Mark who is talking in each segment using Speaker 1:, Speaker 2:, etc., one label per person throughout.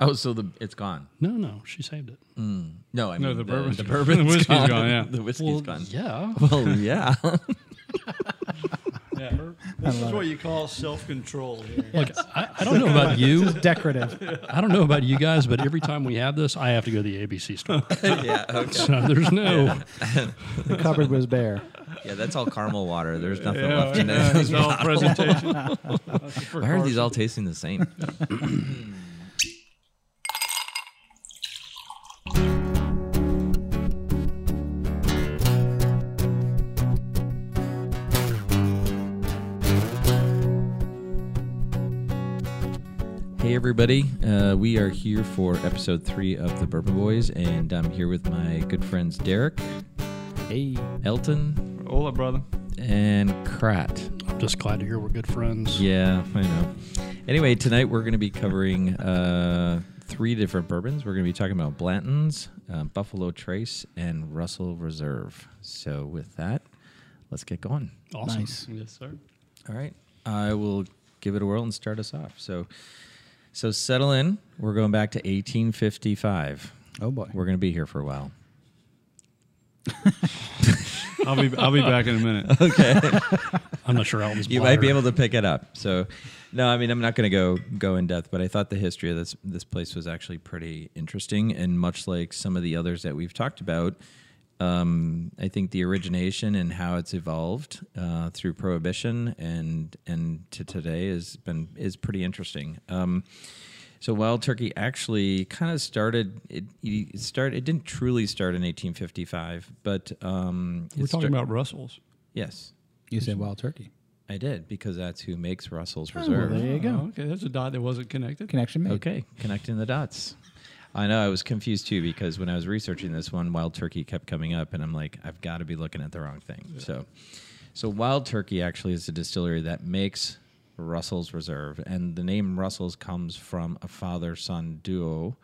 Speaker 1: Oh, so the it's gone.
Speaker 2: No, no, she saved it.
Speaker 1: No, I
Speaker 3: No,
Speaker 1: mean
Speaker 3: the bourbon.
Speaker 1: The
Speaker 3: The
Speaker 1: bourbon's
Speaker 3: whiskey's
Speaker 1: gone.
Speaker 3: gone, yeah.
Speaker 1: the whiskey's
Speaker 2: Well,
Speaker 1: gone.
Speaker 2: yeah.
Speaker 1: Well, yeah.
Speaker 4: This is what you call self control here.
Speaker 2: Look, I, I don't know about you.
Speaker 5: Decorative.
Speaker 2: I don't know about you guys, but every time we have this, I have to go to the ABC store.
Speaker 1: yeah. Okay.
Speaker 2: So there's no.
Speaker 5: The cupboard was bare.
Speaker 1: Yeah, that's all caramel water. There's nothing
Speaker 3: Yeah,
Speaker 1: left in
Speaker 3: yeah,
Speaker 1: there.
Speaker 3: it's all presentation.
Speaker 1: Why are these all tasting the same? Hey everybody, uh, we are here for episode three of the Bourbon Boys, and I'm here with my good friends Derek,
Speaker 5: Hey.
Speaker 1: Elton,
Speaker 3: Hola, brother.
Speaker 1: and Krat.
Speaker 2: I'm just glad to hear we're good friends.
Speaker 1: Yeah, I know. Anyway, tonight we're going to be covering uh, three different bourbons. We're going to be talking about Blanton's, uh, Buffalo Trace, and Russell Reserve. So, with that, let's get going.
Speaker 2: Awesome.
Speaker 5: Nice.
Speaker 3: Yes, sir.
Speaker 1: All right, I will give it a whirl and start us off. So, so settle in. We're going back to 1855.
Speaker 5: Oh, boy.
Speaker 1: We're going to be here for a while.
Speaker 3: I'll be I'll be back in a minute.
Speaker 2: I'm not sure Elton's.
Speaker 1: you might be able to pick it up. So, no, I mean, I'm not going to go go in depth, but I thought the history of this this place was actually pretty interesting, and much like some of the others that we've talked about, um, I think the origination and how it's evolved uh, through prohibition and and to today has been is pretty interesting. Um, so Wild Turkey actually kind of started. It, it started. It didn't truly start in 1855, but um,
Speaker 3: We're
Speaker 1: it
Speaker 3: talking
Speaker 1: star-
Speaker 3: about Russell's.
Speaker 1: yes,
Speaker 5: You said wild turkey.
Speaker 1: I did because that's who makes Russell's
Speaker 5: Well,
Speaker 1: Reserve.
Speaker 5: there you go.
Speaker 3: Oh, okay, that's a dot that wasn't connected.
Speaker 5: Connection made.
Speaker 1: Okay, connecting the dots. I know I was confused too because when I was researching this one, wild turkey kept coming up, and I'm like, I've got to be looking at the wrong thing. So, so wild turkey actually is a distillery that makes Russell's Reserve, and the name Russell's comes from a father-son duo,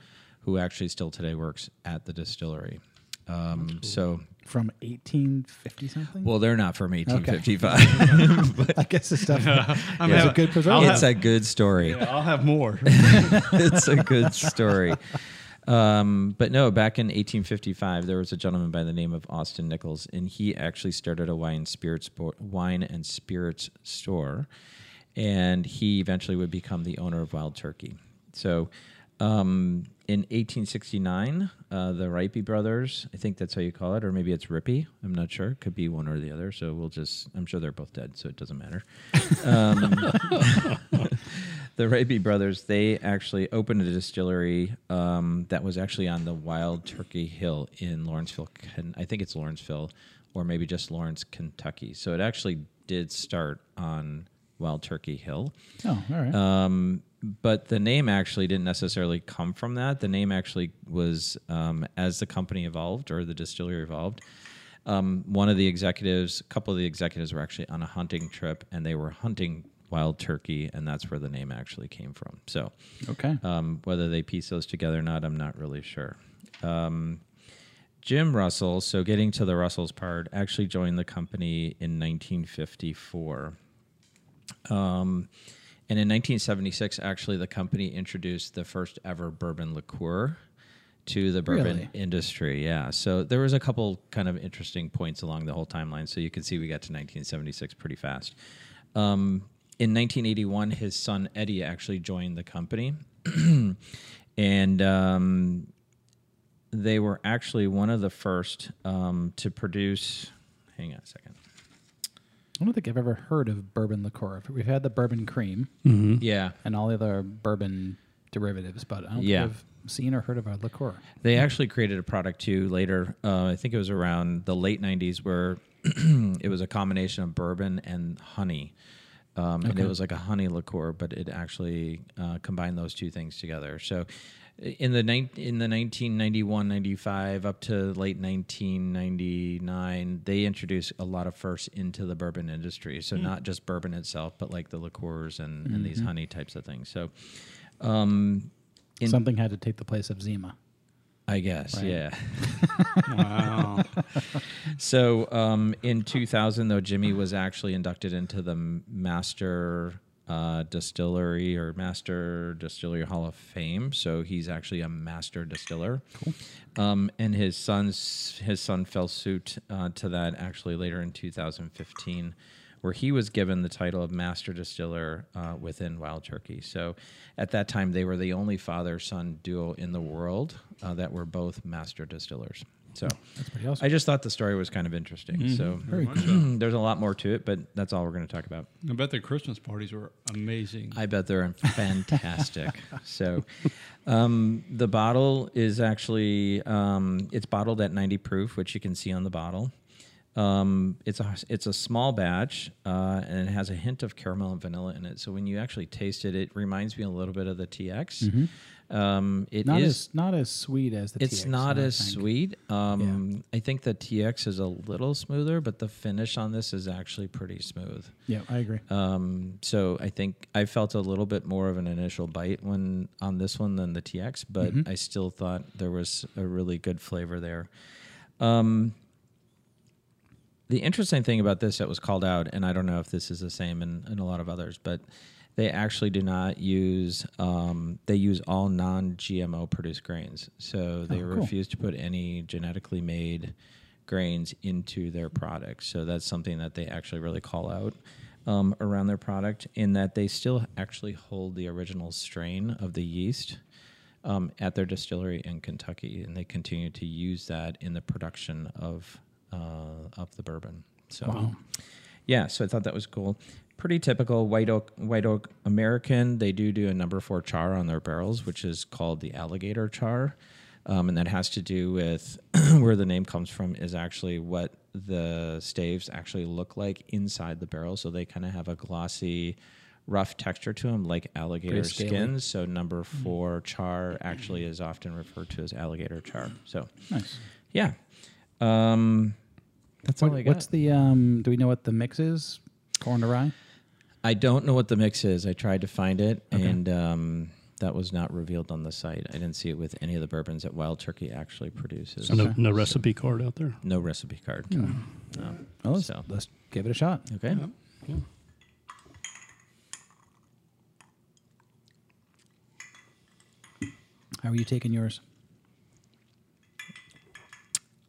Speaker 1: who actually still today works at the distillery. Um, So,
Speaker 5: From 1850 something?
Speaker 1: well, they're not from 1855.
Speaker 5: I guess the stuff.
Speaker 3: I'm
Speaker 1: Yeah.
Speaker 3: having-
Speaker 5: It's a good
Speaker 3: I'll
Speaker 5: preservative.
Speaker 1: it's a good story.
Speaker 3: Yeah, I'll have more.
Speaker 1: it's a good story. Um, but no, back in 1855, there was a gentleman by the name of Austin Nichols, and he actually started a wine spirits bo- wine and spirits store, and he eventually would become the owner of Wild Turkey. So. Um, in 1869, uh, the Rippey brothers, I think that's how you call it, or maybe it's Rippey. I'm not sure. Could be one or the other. So we'll just, I'm sure they're both dead, so it doesn't matter the Raby brothers, they actually opened a distillery um, that was actually on the Wild Turkey Hill in Lawrenceville. Ken- I think it's Lawrenceville, or maybe just Lawrence, Kentucky. So it actually did start on Wild Turkey Hill.
Speaker 5: Oh, all right.
Speaker 1: Um, but the name actually didn't necessarily come from that. The name actually was um, as the company evolved or the distillery evolved. Um, one of the executives, a couple of the executives were actually on a hunting trip and they were hunting wild turkey, and that's where the name actually came from. So,
Speaker 5: okay.
Speaker 1: um, whether they piece those together or not, I'm not really sure. Um, Jim Russell, so getting to the Russells part, actually joined the company in 1954. Um, and in 1976, actually, the company introduced the first ever bourbon liqueur to the bourbon
Speaker 5: Really?
Speaker 1: industry. Yeah. So there was a couple kind of interesting points along the whole timeline. So you can see we got to 1976 pretty fast. Um, in 1981, his son Eddie actually joined the company. and um, they were actually one of the first um, to produce. Hang on a second.
Speaker 5: I don't think I've ever heard of bourbon liqueur. We've had the bourbon cream
Speaker 1: Yeah.
Speaker 5: and all the other bourbon derivatives, but I don't
Speaker 1: Yeah.
Speaker 5: think I've seen or heard of our liqueur.
Speaker 1: They actually created a product too later. Uh, I think it was around the late 90s where it was a combination of bourbon and honey. Um, And it was like a honey liqueur, but it actually uh, combined those two things together. So in the nine in the 1991 95 up to late 1999 they introduced a lot of firsts into the bourbon industry so not just bourbon itself but like the liqueurs and, and these honey types of things so um, In-
Speaker 5: Something had to take the place of Zima.
Speaker 1: i guess
Speaker 5: Right.
Speaker 1: yeah
Speaker 3: wow.
Speaker 1: So um, in 2000, though, Jimmy was actually inducted into the Master uh, Distillery or Master Distillery Hall of Fame. So he's actually a master distiller. Cool. Um, and his son's his son fell suit uh, to that actually later in 2015, where he was given the title of master distiller uh, within Wild Turkey. So at that time, they were the only father son duo in the world uh, that were both master distillers. So
Speaker 5: That's pretty awesome.
Speaker 1: I just thought the story was kind of interesting. So
Speaker 5: Mm-hmm. Very cool.
Speaker 1: there's a lot more to it, but that's all we're going to talk about.
Speaker 3: I bet their Christmas parties were amazing.
Speaker 1: I bet they're fantastic. so, um, the bottle is actually um, it's bottled at 90 proof, which you can see on the bottle. Um, it's a it's a small batch, uh, and it has a hint of caramel and vanilla in it. So when you actually taste it, it reminds me a little bit of the TX. Um, it
Speaker 5: Mm-hmm. Not
Speaker 1: is-
Speaker 5: as not as sweet as the.
Speaker 1: it's
Speaker 5: TX,
Speaker 1: not
Speaker 5: I
Speaker 1: as
Speaker 5: think.
Speaker 1: sweet. Um, I think the TX is a little smoother, but the finish on this is actually pretty smooth.
Speaker 5: Yeah, I agree.
Speaker 1: Um, so I think I felt a little bit more of an initial bite when on this one than the TX, but
Speaker 5: Mm-hmm.
Speaker 1: I still thought there was a really good flavor there. Um, the interesting thing about this that was called out, and I don't know if this is the same in, in a lot of others, but they actually do not use um, they use all non-GMO produced grains. So they
Speaker 5: Oh, cool.
Speaker 1: refuse to put any genetically made grains into their products. So that's something that they actually really call out um, around their product, in that they still actually hold the original strain of the yeast um, at their distillery in Kentucky, and they continue to use that in the production of uh, of the bourbon. So, yeah, so I thought that was cool. Pretty typical white oak, white oak American. They do do a number four char on their barrels, which is called the alligator char, um, and that has to do with where the name comes from. Is actually what the staves actually look like inside the barrel, so they kind of have a glossy, rough texture to them, like alligator skin
Speaker 5: scaly.
Speaker 1: skins. So number four char actually is often referred to as alligator char. So
Speaker 5: Nice.
Speaker 1: yeah, um, that's
Speaker 5: What-
Speaker 1: all I got.
Speaker 5: what's the um? Do we know what the mix is? Corn to rye.
Speaker 1: I don't know what the mix is. I tried to find it, and um, that was not revealed on the site. I didn't see it with any of the bourbons that Wild Turkey actually produces.
Speaker 2: So no, no recipe card out there.
Speaker 1: No recipe card. No.
Speaker 5: Well, let's,
Speaker 1: So.
Speaker 5: let's give it a shot.
Speaker 1: Okay.
Speaker 2: Yeah.
Speaker 5: How are you taking yours?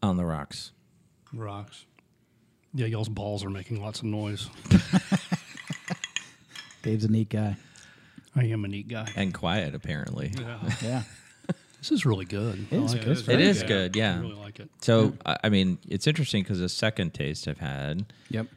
Speaker 1: On the rocks.
Speaker 3: Rocks.
Speaker 2: Yeah, y'all's balls are making lots of noise.
Speaker 5: Dave's a neat guy.
Speaker 2: I am a neat guy.
Speaker 1: And quiet, apparently.
Speaker 5: Yeah.
Speaker 2: this is really good.
Speaker 5: It
Speaker 2: I
Speaker 5: is
Speaker 2: like
Speaker 5: good.
Speaker 2: It's
Speaker 5: It
Speaker 2: very
Speaker 1: is good, yeah.
Speaker 2: I really like it.
Speaker 1: So, I I mean, it's interesting because the second taste I've had
Speaker 5: yep.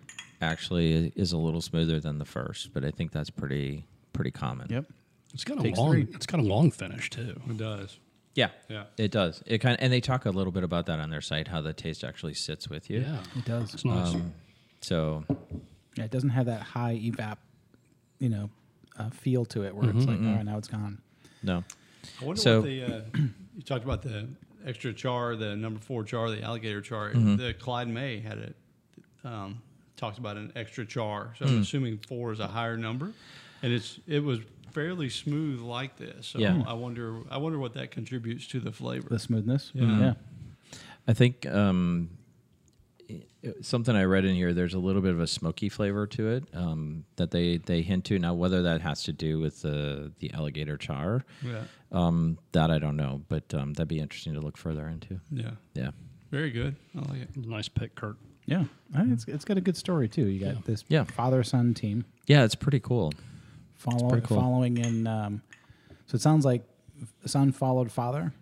Speaker 1: actually is a little smoother than the first, but I think that's pretty pretty common.
Speaker 5: Yep.
Speaker 2: It's got a
Speaker 5: Takes
Speaker 2: long.
Speaker 5: three.
Speaker 2: It's got a long finish too.
Speaker 3: It does.
Speaker 1: Yeah.
Speaker 3: Yeah.
Speaker 1: It does. It kind of, and they talk a little bit about that on their site how the taste actually sits with you.
Speaker 2: Yeah,
Speaker 5: It does.
Speaker 2: it's nice.
Speaker 1: Um, So,
Speaker 5: Yeah, it doesn't have that high evap, you know, uh, feel to it where it's like, all right, now it's gone.
Speaker 1: no.
Speaker 3: I wonder
Speaker 1: So-
Speaker 3: what the uh, you talked about the extra char, the number four char, the alligator char. The Clyde May had it um, talked about an extra char, so I'm assuming four is a higher number, and it's it was fairly smooth like this. So
Speaker 1: Yeah.
Speaker 3: I wonder I wonder what that contributes to the flavor.
Speaker 5: The smoothness.
Speaker 3: Yeah.
Speaker 5: yeah.
Speaker 1: I think um, i- something I read in here, there's a little bit of a smoky flavor to it um, that they, they hint to. Now, whether that has to do with the, the alligator char,
Speaker 3: yeah,
Speaker 1: um, that I don't know, but um, that'd be interesting to look further into.
Speaker 3: yeah,
Speaker 1: Yeah.
Speaker 3: very good. I like it.
Speaker 2: Nice pick, Kurt.
Speaker 5: Yeah. I think it's, it's got a good story, too. You got this
Speaker 1: Yeah.
Speaker 5: father son team
Speaker 1: Yeah, it's pretty cool.
Speaker 5: follow,
Speaker 1: pretty cool.
Speaker 5: following in. Um, so it sounds like son followed father.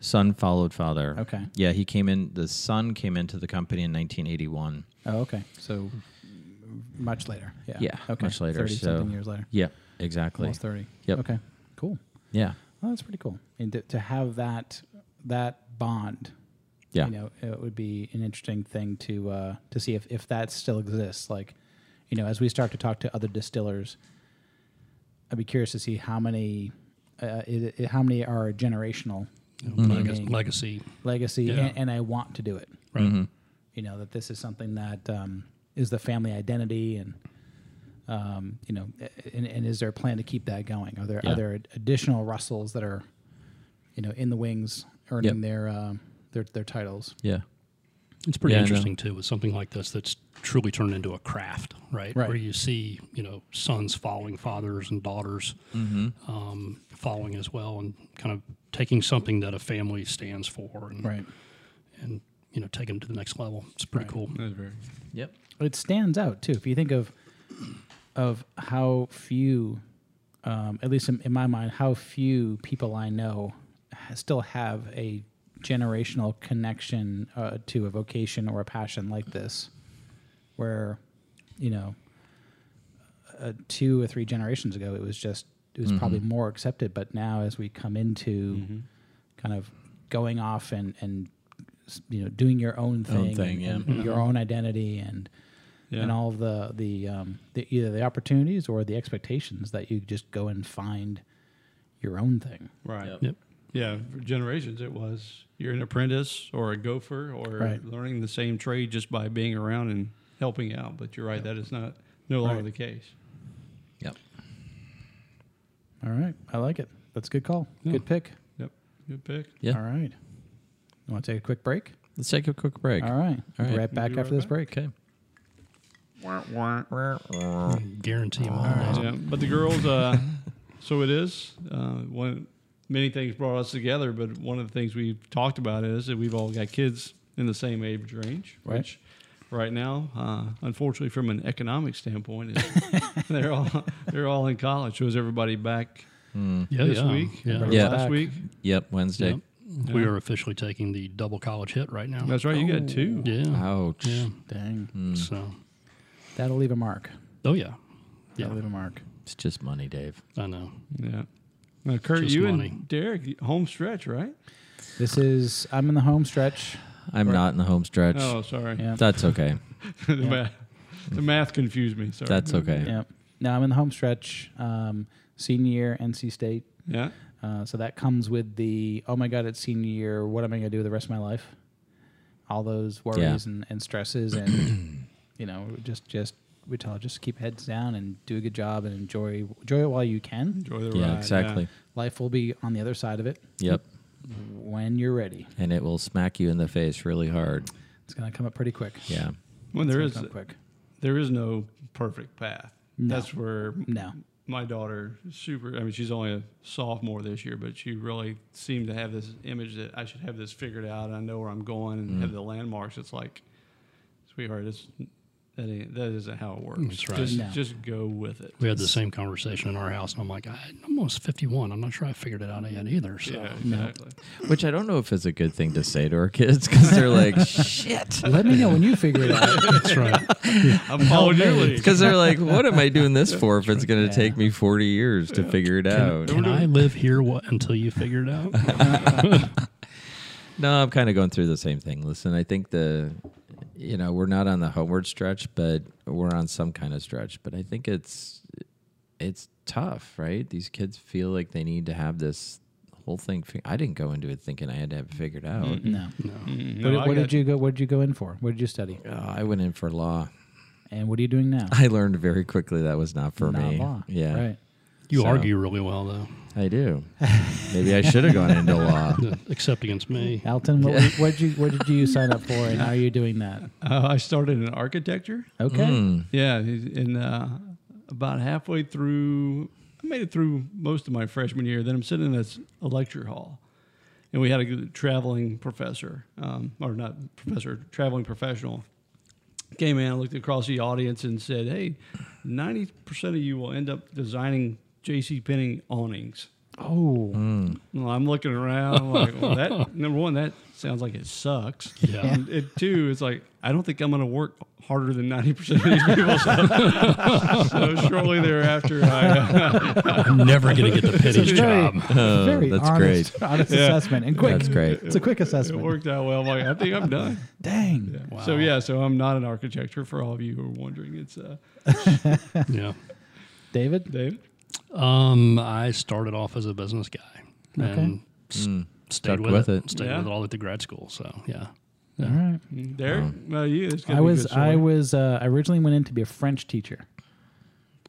Speaker 1: Son followed father.
Speaker 5: Okay.
Speaker 1: Yeah, he came in. The son came into the company in 1981.
Speaker 5: Oh, okay. So much later. Yeah.
Speaker 1: Yeah,
Speaker 5: Okay.
Speaker 1: much later,
Speaker 5: 30 something
Speaker 1: so-
Speaker 5: years later.
Speaker 1: Yeah, exactly.
Speaker 5: Almost 30.
Speaker 1: Yep.
Speaker 5: Okay. Cool.
Speaker 1: Yeah,
Speaker 5: Well, that's pretty cool. And to, to have that that bond,
Speaker 1: yeah,
Speaker 5: you know, it would be an interesting thing to uh, to see if if that still exists. Like, you know, as we start to talk to other distillers, I'd be curious to see how many uh, it, it- how many are generational,
Speaker 2: Legacy,
Speaker 5: meaning
Speaker 2: legacy.
Speaker 5: legacy,
Speaker 2: Yeah.
Speaker 5: and, and I want to do it.
Speaker 2: Right.
Speaker 1: Mm-hmm.
Speaker 5: You know, that this is something that um, is the family identity and. Um, you know, a- and, and is there a plan to keep that going? Are there
Speaker 1: Yeah.
Speaker 5: are there additional Russells that are, you know, in the wings earning
Speaker 1: Yep.
Speaker 5: their um their their titles?
Speaker 1: yeah.
Speaker 2: It's pretty
Speaker 1: Yeah, I know.
Speaker 2: interesting too with something like this that's truly turned into a craft, right?
Speaker 5: Right.
Speaker 2: Where you see, you know, sons following fathers and daughters
Speaker 1: Mm-hmm.
Speaker 2: um, following as well, and kind of taking something that a family stands for,
Speaker 1: Mm-hmm.
Speaker 2: and
Speaker 5: Right.
Speaker 2: and you know, taking it to the next level. It's pretty cool.
Speaker 3: That's very.
Speaker 1: Yep.
Speaker 5: But it stands out too. If you think of of how few, um, at least in, in my mind, how few people I know ha- still have a generational connection uh, to a vocation or a passion like this, where you know, uh, two or three generations ago, it was just it was probably
Speaker 1: Mm-hmm.
Speaker 5: more accepted. But now, as we come into kind of going off and and s- you know doing your own thing, and-
Speaker 1: thing, yeah. Mm-hmm.
Speaker 5: and your own identity and and all of the the, um, the either the opportunities or the expectations that you just go and find your own thing.
Speaker 3: Right.
Speaker 1: Yep.
Speaker 2: Yep.
Speaker 3: Yeah, for generations it was you're an apprentice or a gopher or
Speaker 5: Right.
Speaker 3: learning the same trade just by being around and helping out. But you're right, that is not no longer
Speaker 5: Right.
Speaker 3: the case.
Speaker 1: Yep.
Speaker 5: All right, I like it. That's a good call. Good pick.
Speaker 3: Yep, good pick.
Speaker 1: Yeah.
Speaker 5: All right. You want to take a quick break?
Speaker 1: Let's take a quick break.
Speaker 5: All right.
Speaker 1: All
Speaker 5: Be
Speaker 1: right.
Speaker 5: right back
Speaker 3: Be
Speaker 5: after
Speaker 3: right
Speaker 5: this
Speaker 3: back.
Speaker 5: break.
Speaker 1: Okay.
Speaker 2: Guarantee my
Speaker 3: Yeah, but the girls, uh, so it is. Uh, one many things brought us together, but one of the things we've talked about is that we've all got kids in the same age range,
Speaker 5: Right.
Speaker 3: which right now, uh, unfortunately, from an economic standpoint, is they're all they're all in college. So is everybody back
Speaker 2: yeah,
Speaker 3: this
Speaker 2: yeah.
Speaker 3: week?
Speaker 2: Yeah.
Speaker 3: Or
Speaker 1: Yeah.
Speaker 3: last
Speaker 5: Back.
Speaker 3: week.
Speaker 1: Mm. Yep. Wednesday.
Speaker 2: Yep. We are officially taking the double college hit right now.
Speaker 3: That's right. You
Speaker 2: Oh.
Speaker 3: got two.
Speaker 2: Yeah.
Speaker 1: Ouch. Mm.
Speaker 2: Yeah.
Speaker 5: Dang.
Speaker 2: So,
Speaker 5: That'll leave a mark.
Speaker 2: oh yeah,
Speaker 5: That'll
Speaker 2: Yeah.
Speaker 5: leave a mark.
Speaker 1: It's just money, Dave.
Speaker 2: I know.
Speaker 3: Yeah. Now, Kurt,
Speaker 2: Just
Speaker 3: you
Speaker 2: money.
Speaker 3: and Derek, home stretch, right?
Speaker 5: This is I'm in the home stretch.
Speaker 1: I'm not in the home stretch.
Speaker 3: Oh, sorry.
Speaker 5: Yeah.
Speaker 1: That's okay.
Speaker 3: the, math, the math confused me. Sorry.
Speaker 1: That's okay.
Speaker 5: Yeah. No, I'm in the home stretch. Um, senior year, NC State.
Speaker 3: yeah.
Speaker 5: Uh, so that comes with the oh my god, it's senior year. What am I going to do with the rest of my life? All those worries
Speaker 1: Yeah.
Speaker 5: and, and stresses, and you know, just just we tell just keep heads down and do a good job and enjoy enjoy it while you can.
Speaker 3: Enjoy the ride.
Speaker 1: Yeah, exactly.
Speaker 5: Life will be on the other side of it
Speaker 1: Yep.
Speaker 5: when you're ready.
Speaker 1: And it will smack you in the face really hard.
Speaker 5: It's going to come up pretty quick.
Speaker 1: Yeah.
Speaker 3: When there
Speaker 5: It's
Speaker 3: is
Speaker 5: gonna come up quick.
Speaker 3: there is no perfect path.
Speaker 5: No.
Speaker 3: That's where
Speaker 5: No,
Speaker 3: my daughter is super I mean she's only a sophomore this year, but she really seemed to have this image that I should have this figured out. I know where I'm going and
Speaker 5: Mm.
Speaker 3: have the landmarks. It's like sweetheart, it's that ain't, that isn't how it works.
Speaker 2: That's right.
Speaker 3: Just
Speaker 5: No.
Speaker 3: just go with it.
Speaker 2: We had the same conversation in our house, and I'm like, I, I'm almost 51. I'm not sure I figured it out yet either. So
Speaker 3: Yeah, exactly.
Speaker 1: Which I don't know if it's a good thing to say to our kids because they're like, shit.
Speaker 5: let me know when you figure it out.
Speaker 2: that's right.
Speaker 3: I'm following your
Speaker 5: man.
Speaker 3: lead.
Speaker 1: Because they're like, what am I doing this for if it's going to
Speaker 5: Yeah.
Speaker 1: take me 40 years to figure it out?
Speaker 2: Can I live here what, until you figure it out?
Speaker 1: No, I'm kind of going through the same thing. Listen, I think the, you know, we're not on the homeward stretch, but we're on some kind of stretch. But I think it's, it's tough, right? These kids feel like they need to have this whole thing. Fi- I didn't go into it thinking I had to have it figured out.
Speaker 5: No.
Speaker 3: No,
Speaker 5: What,
Speaker 3: I
Speaker 5: did, what
Speaker 3: got-
Speaker 5: did you go? What did you go in for? What did you study?
Speaker 1: Uh, I went in for law.
Speaker 5: And what are you doing now?
Speaker 1: I learned very quickly that was not for
Speaker 5: Not
Speaker 1: me.
Speaker 5: law.
Speaker 1: Yeah,
Speaker 5: Right.
Speaker 2: You
Speaker 1: So-
Speaker 2: argue really well, though,
Speaker 1: I do. Maybe I should have gone into law.
Speaker 2: except against me.
Speaker 5: Alton, what, what did you what did you sign up for, and how are you doing that?
Speaker 3: Uh, I started in architecture.
Speaker 5: Okay.
Speaker 1: Hmm.
Speaker 3: Yeah, and uh, about halfway through, I made it through most of my freshman year. Then I'm sitting in this a lecture hall, and we had a good traveling professor, um, or not professor, traveling professional, came in, looked across the audience, and said, "Hey, ninety percent of you will end up designing J.C. Penney awnings." Mm.
Speaker 5: Oh,
Speaker 3: Well, I'm looking around. I'm like, well, that number one, that sounds like it sucks.
Speaker 2: Yeah.
Speaker 3: And it, two, it's like I don't think I'm going to work harder than ninety percent of these people. So, so shortly thereafter, I uh,
Speaker 2: I'm never going to get the
Speaker 5: it's
Speaker 2: pity
Speaker 5: a very,
Speaker 2: job.
Speaker 1: Oh,
Speaker 5: very
Speaker 1: that's
Speaker 5: honest,
Speaker 1: great.
Speaker 5: honest assessment and quick.
Speaker 1: That's great.
Speaker 5: It's a quick
Speaker 3: it
Speaker 5: assessment.
Speaker 3: worked out well. I'm like, I think I'm done.
Speaker 5: Dang.
Speaker 3: So yeah, so I'm not an architecture. For all of you who are wondering, it's uh,
Speaker 2: Yeah.
Speaker 5: David.
Speaker 3: Dave.
Speaker 2: Um, I started off as a business guy and s-
Speaker 1: Stuck
Speaker 2: stayed with,
Speaker 1: with
Speaker 2: it.
Speaker 1: it.
Speaker 2: Stayed
Speaker 3: Yeah.
Speaker 2: with it all the way through grad school. So yeah.
Speaker 5: All right.
Speaker 3: Mm, Derek, well, you. It's gonna
Speaker 5: Um, I
Speaker 3: be a
Speaker 5: was
Speaker 3: good
Speaker 5: I
Speaker 3: story.
Speaker 5: was uh, I originally went in to be a French teacher.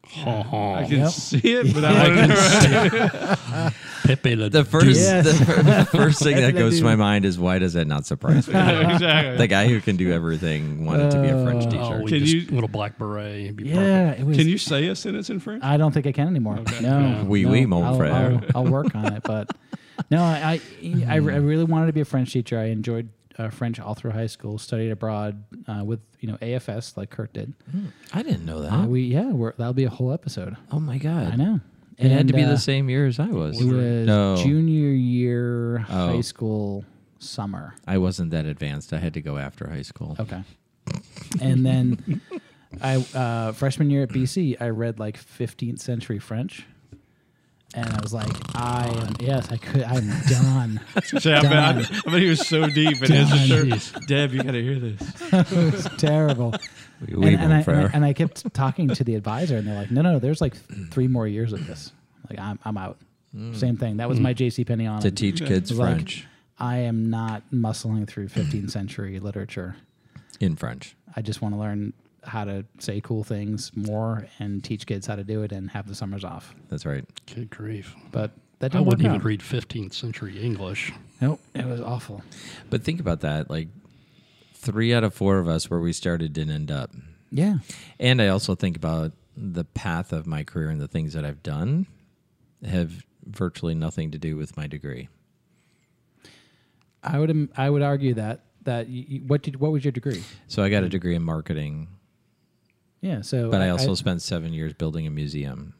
Speaker 2: Ha ha.
Speaker 3: I can
Speaker 5: Yep.
Speaker 3: see it, but I, wanted to-
Speaker 2: Pepe Le
Speaker 1: The first,
Speaker 2: Duc.
Speaker 5: Yeah.
Speaker 1: the, fir- the first thing that
Speaker 5: Pepe Le
Speaker 1: goes to my
Speaker 5: Duc.
Speaker 1: mind is why does that not surprise me?
Speaker 3: exactly.
Speaker 1: the guy who can do everything wanted to be a French
Speaker 5: Oh.
Speaker 2: Oh,
Speaker 1: teacher.
Speaker 2: we
Speaker 3: Can
Speaker 2: just,
Speaker 3: you-
Speaker 2: little black beret. It'd be
Speaker 5: yeah, it was.
Speaker 3: Can you say a sentence in French?
Speaker 5: I don't think I can anymore.
Speaker 2: Yeah.
Speaker 5: No,
Speaker 1: Oui,
Speaker 5: no,
Speaker 1: oui, mon
Speaker 5: I'll,
Speaker 1: frère.
Speaker 5: I'll, I'll work on it, but no, I I, I I
Speaker 1: Mm-hmm.
Speaker 5: really wanted to be a French teacher. I enjoyed uh, French all through high school. Studied abroad uh, with you know AFS like Kurt did.
Speaker 1: I didn't know that.
Speaker 5: Uh, we yeah, we're, that'll be a whole episode.
Speaker 1: oh my god!
Speaker 5: I know.
Speaker 1: It had to be
Speaker 5: And, uh,
Speaker 1: the same year as I was.
Speaker 5: It was
Speaker 1: no,
Speaker 5: junior year
Speaker 1: Oh.
Speaker 5: high school summer.
Speaker 1: I wasn't that advanced. I had to go after high school.
Speaker 5: Okay. And then I uh, freshman year at BC, I read like 15th century French, and I was like, I am yes, I could, I'm done.
Speaker 3: Say, I, bet, I, bet- I bet he was so deep in his
Speaker 5: Done.
Speaker 3: shirt. Deb, you got to hear this.
Speaker 5: it was terrible.
Speaker 1: We,
Speaker 5: And, and I, and, I, and I kept talking to the advisor, and they're like, No, no, there's like three more years of this. Like I'm, I'm out.
Speaker 1: Mm.
Speaker 5: Same thing. That was my JC Penney on
Speaker 1: to teach kids
Speaker 5: Like-
Speaker 1: French
Speaker 5: I am not muscling through 15th century literature.
Speaker 1: in French.
Speaker 5: I just want to learn how to say cool things more and teach kids how to do it and have the summers off.
Speaker 1: That's right.
Speaker 2: Good grief.
Speaker 5: But that
Speaker 2: I
Speaker 5: didn't
Speaker 2: wouldn't
Speaker 5: work
Speaker 2: even
Speaker 5: out.
Speaker 2: read 15th century English.
Speaker 5: Nope, it was awful.
Speaker 1: But think about that. Like three out of four of us where we started didn't end up.
Speaker 5: Yeah,
Speaker 1: And I also think about the path of my career and the things that I've done have virtually nothing to do with my degree.
Speaker 5: I would am- I would argue that that y y- what did what was your degree?
Speaker 1: So I got a degree in marketing,
Speaker 5: Yeah, so
Speaker 1: but Mm. I also spent seven years building a museum.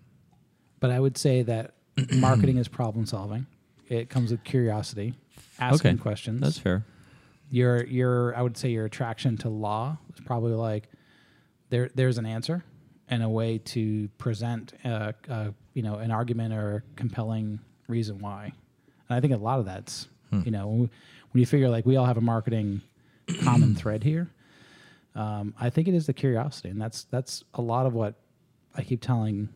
Speaker 5: but I would say that marketing is problem solving. It comes with curiosity, asking
Speaker 1: Okay.
Speaker 5: questions.
Speaker 1: That's fair.
Speaker 5: your your I would say your attraction to law was probably like there there's an answer and a way to present uh, uh, you know an argument or compelling reason why. And I think a lot of that's
Speaker 1: Hmm.
Speaker 5: you know when, we, when you figure like we all have a marketing common thread here. Um, I think it is the curiosity, and that's that's a lot of what I keep telling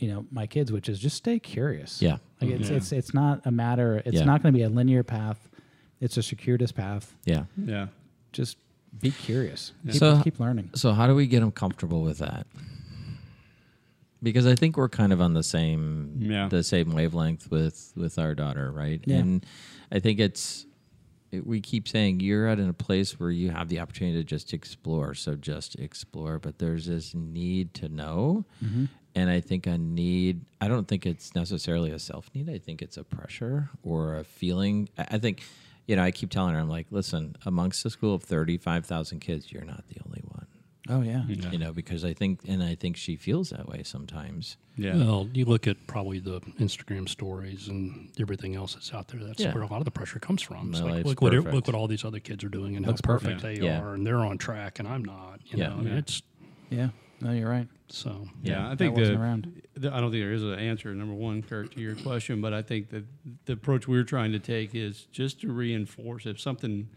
Speaker 5: you know my kids, which is just stay curious.
Speaker 1: Yeah.
Speaker 5: like it's it's it's not a matter. It's
Speaker 1: Yeah.
Speaker 5: not going to be a linear path. It's a circuitous path
Speaker 1: Yeah.
Speaker 3: Yeah.
Speaker 5: just be curious. Keep,
Speaker 1: So-
Speaker 5: keep learning.
Speaker 1: So how do we get them comfortable with that? Because I think we're kind of on the same
Speaker 3: Yeah.
Speaker 1: the same wavelength with with our daughter, right?
Speaker 5: Yeah.
Speaker 1: And I think it's it, we keep saying you're at in a place where you have the opportunity to just explore, so just explore, but there's this need to know. And I think a need, I don't think it's necessarily a self need. I think it's a pressure or a feeling. I I think, you know, I keep telling her, I'm like, listen, amongst a school of 35,000 kids, you're not the only one
Speaker 5: Oh yeah.
Speaker 3: Mm-hmm.
Speaker 1: you know because i think and i think she feels that way sometimes
Speaker 3: Yeah.
Speaker 2: Well, you look at probably the Instagram stories and everything else that's out there. That's
Speaker 1: Yeah.
Speaker 2: where a lot of the pressure comes from. It's
Speaker 1: My
Speaker 2: like,
Speaker 1: life's
Speaker 2: look what
Speaker 1: perfect.
Speaker 2: look what all these other kids are doing and
Speaker 5: Looks
Speaker 2: how perfect,
Speaker 5: perfect.
Speaker 2: they
Speaker 1: Yeah.
Speaker 2: are, and they're on track, and I'm not. You
Speaker 1: Yeah.
Speaker 2: know, and
Speaker 3: Yeah.
Speaker 2: it's
Speaker 5: Yeah. No, you're right.
Speaker 2: so.
Speaker 3: Yeah, I
Speaker 5: That
Speaker 3: think
Speaker 5: wasn't
Speaker 3: the-
Speaker 5: around.
Speaker 3: the- I don't think there is an answer, number one, Kurt, to your question, but I think that the approach we're trying to take is just to reinforce if something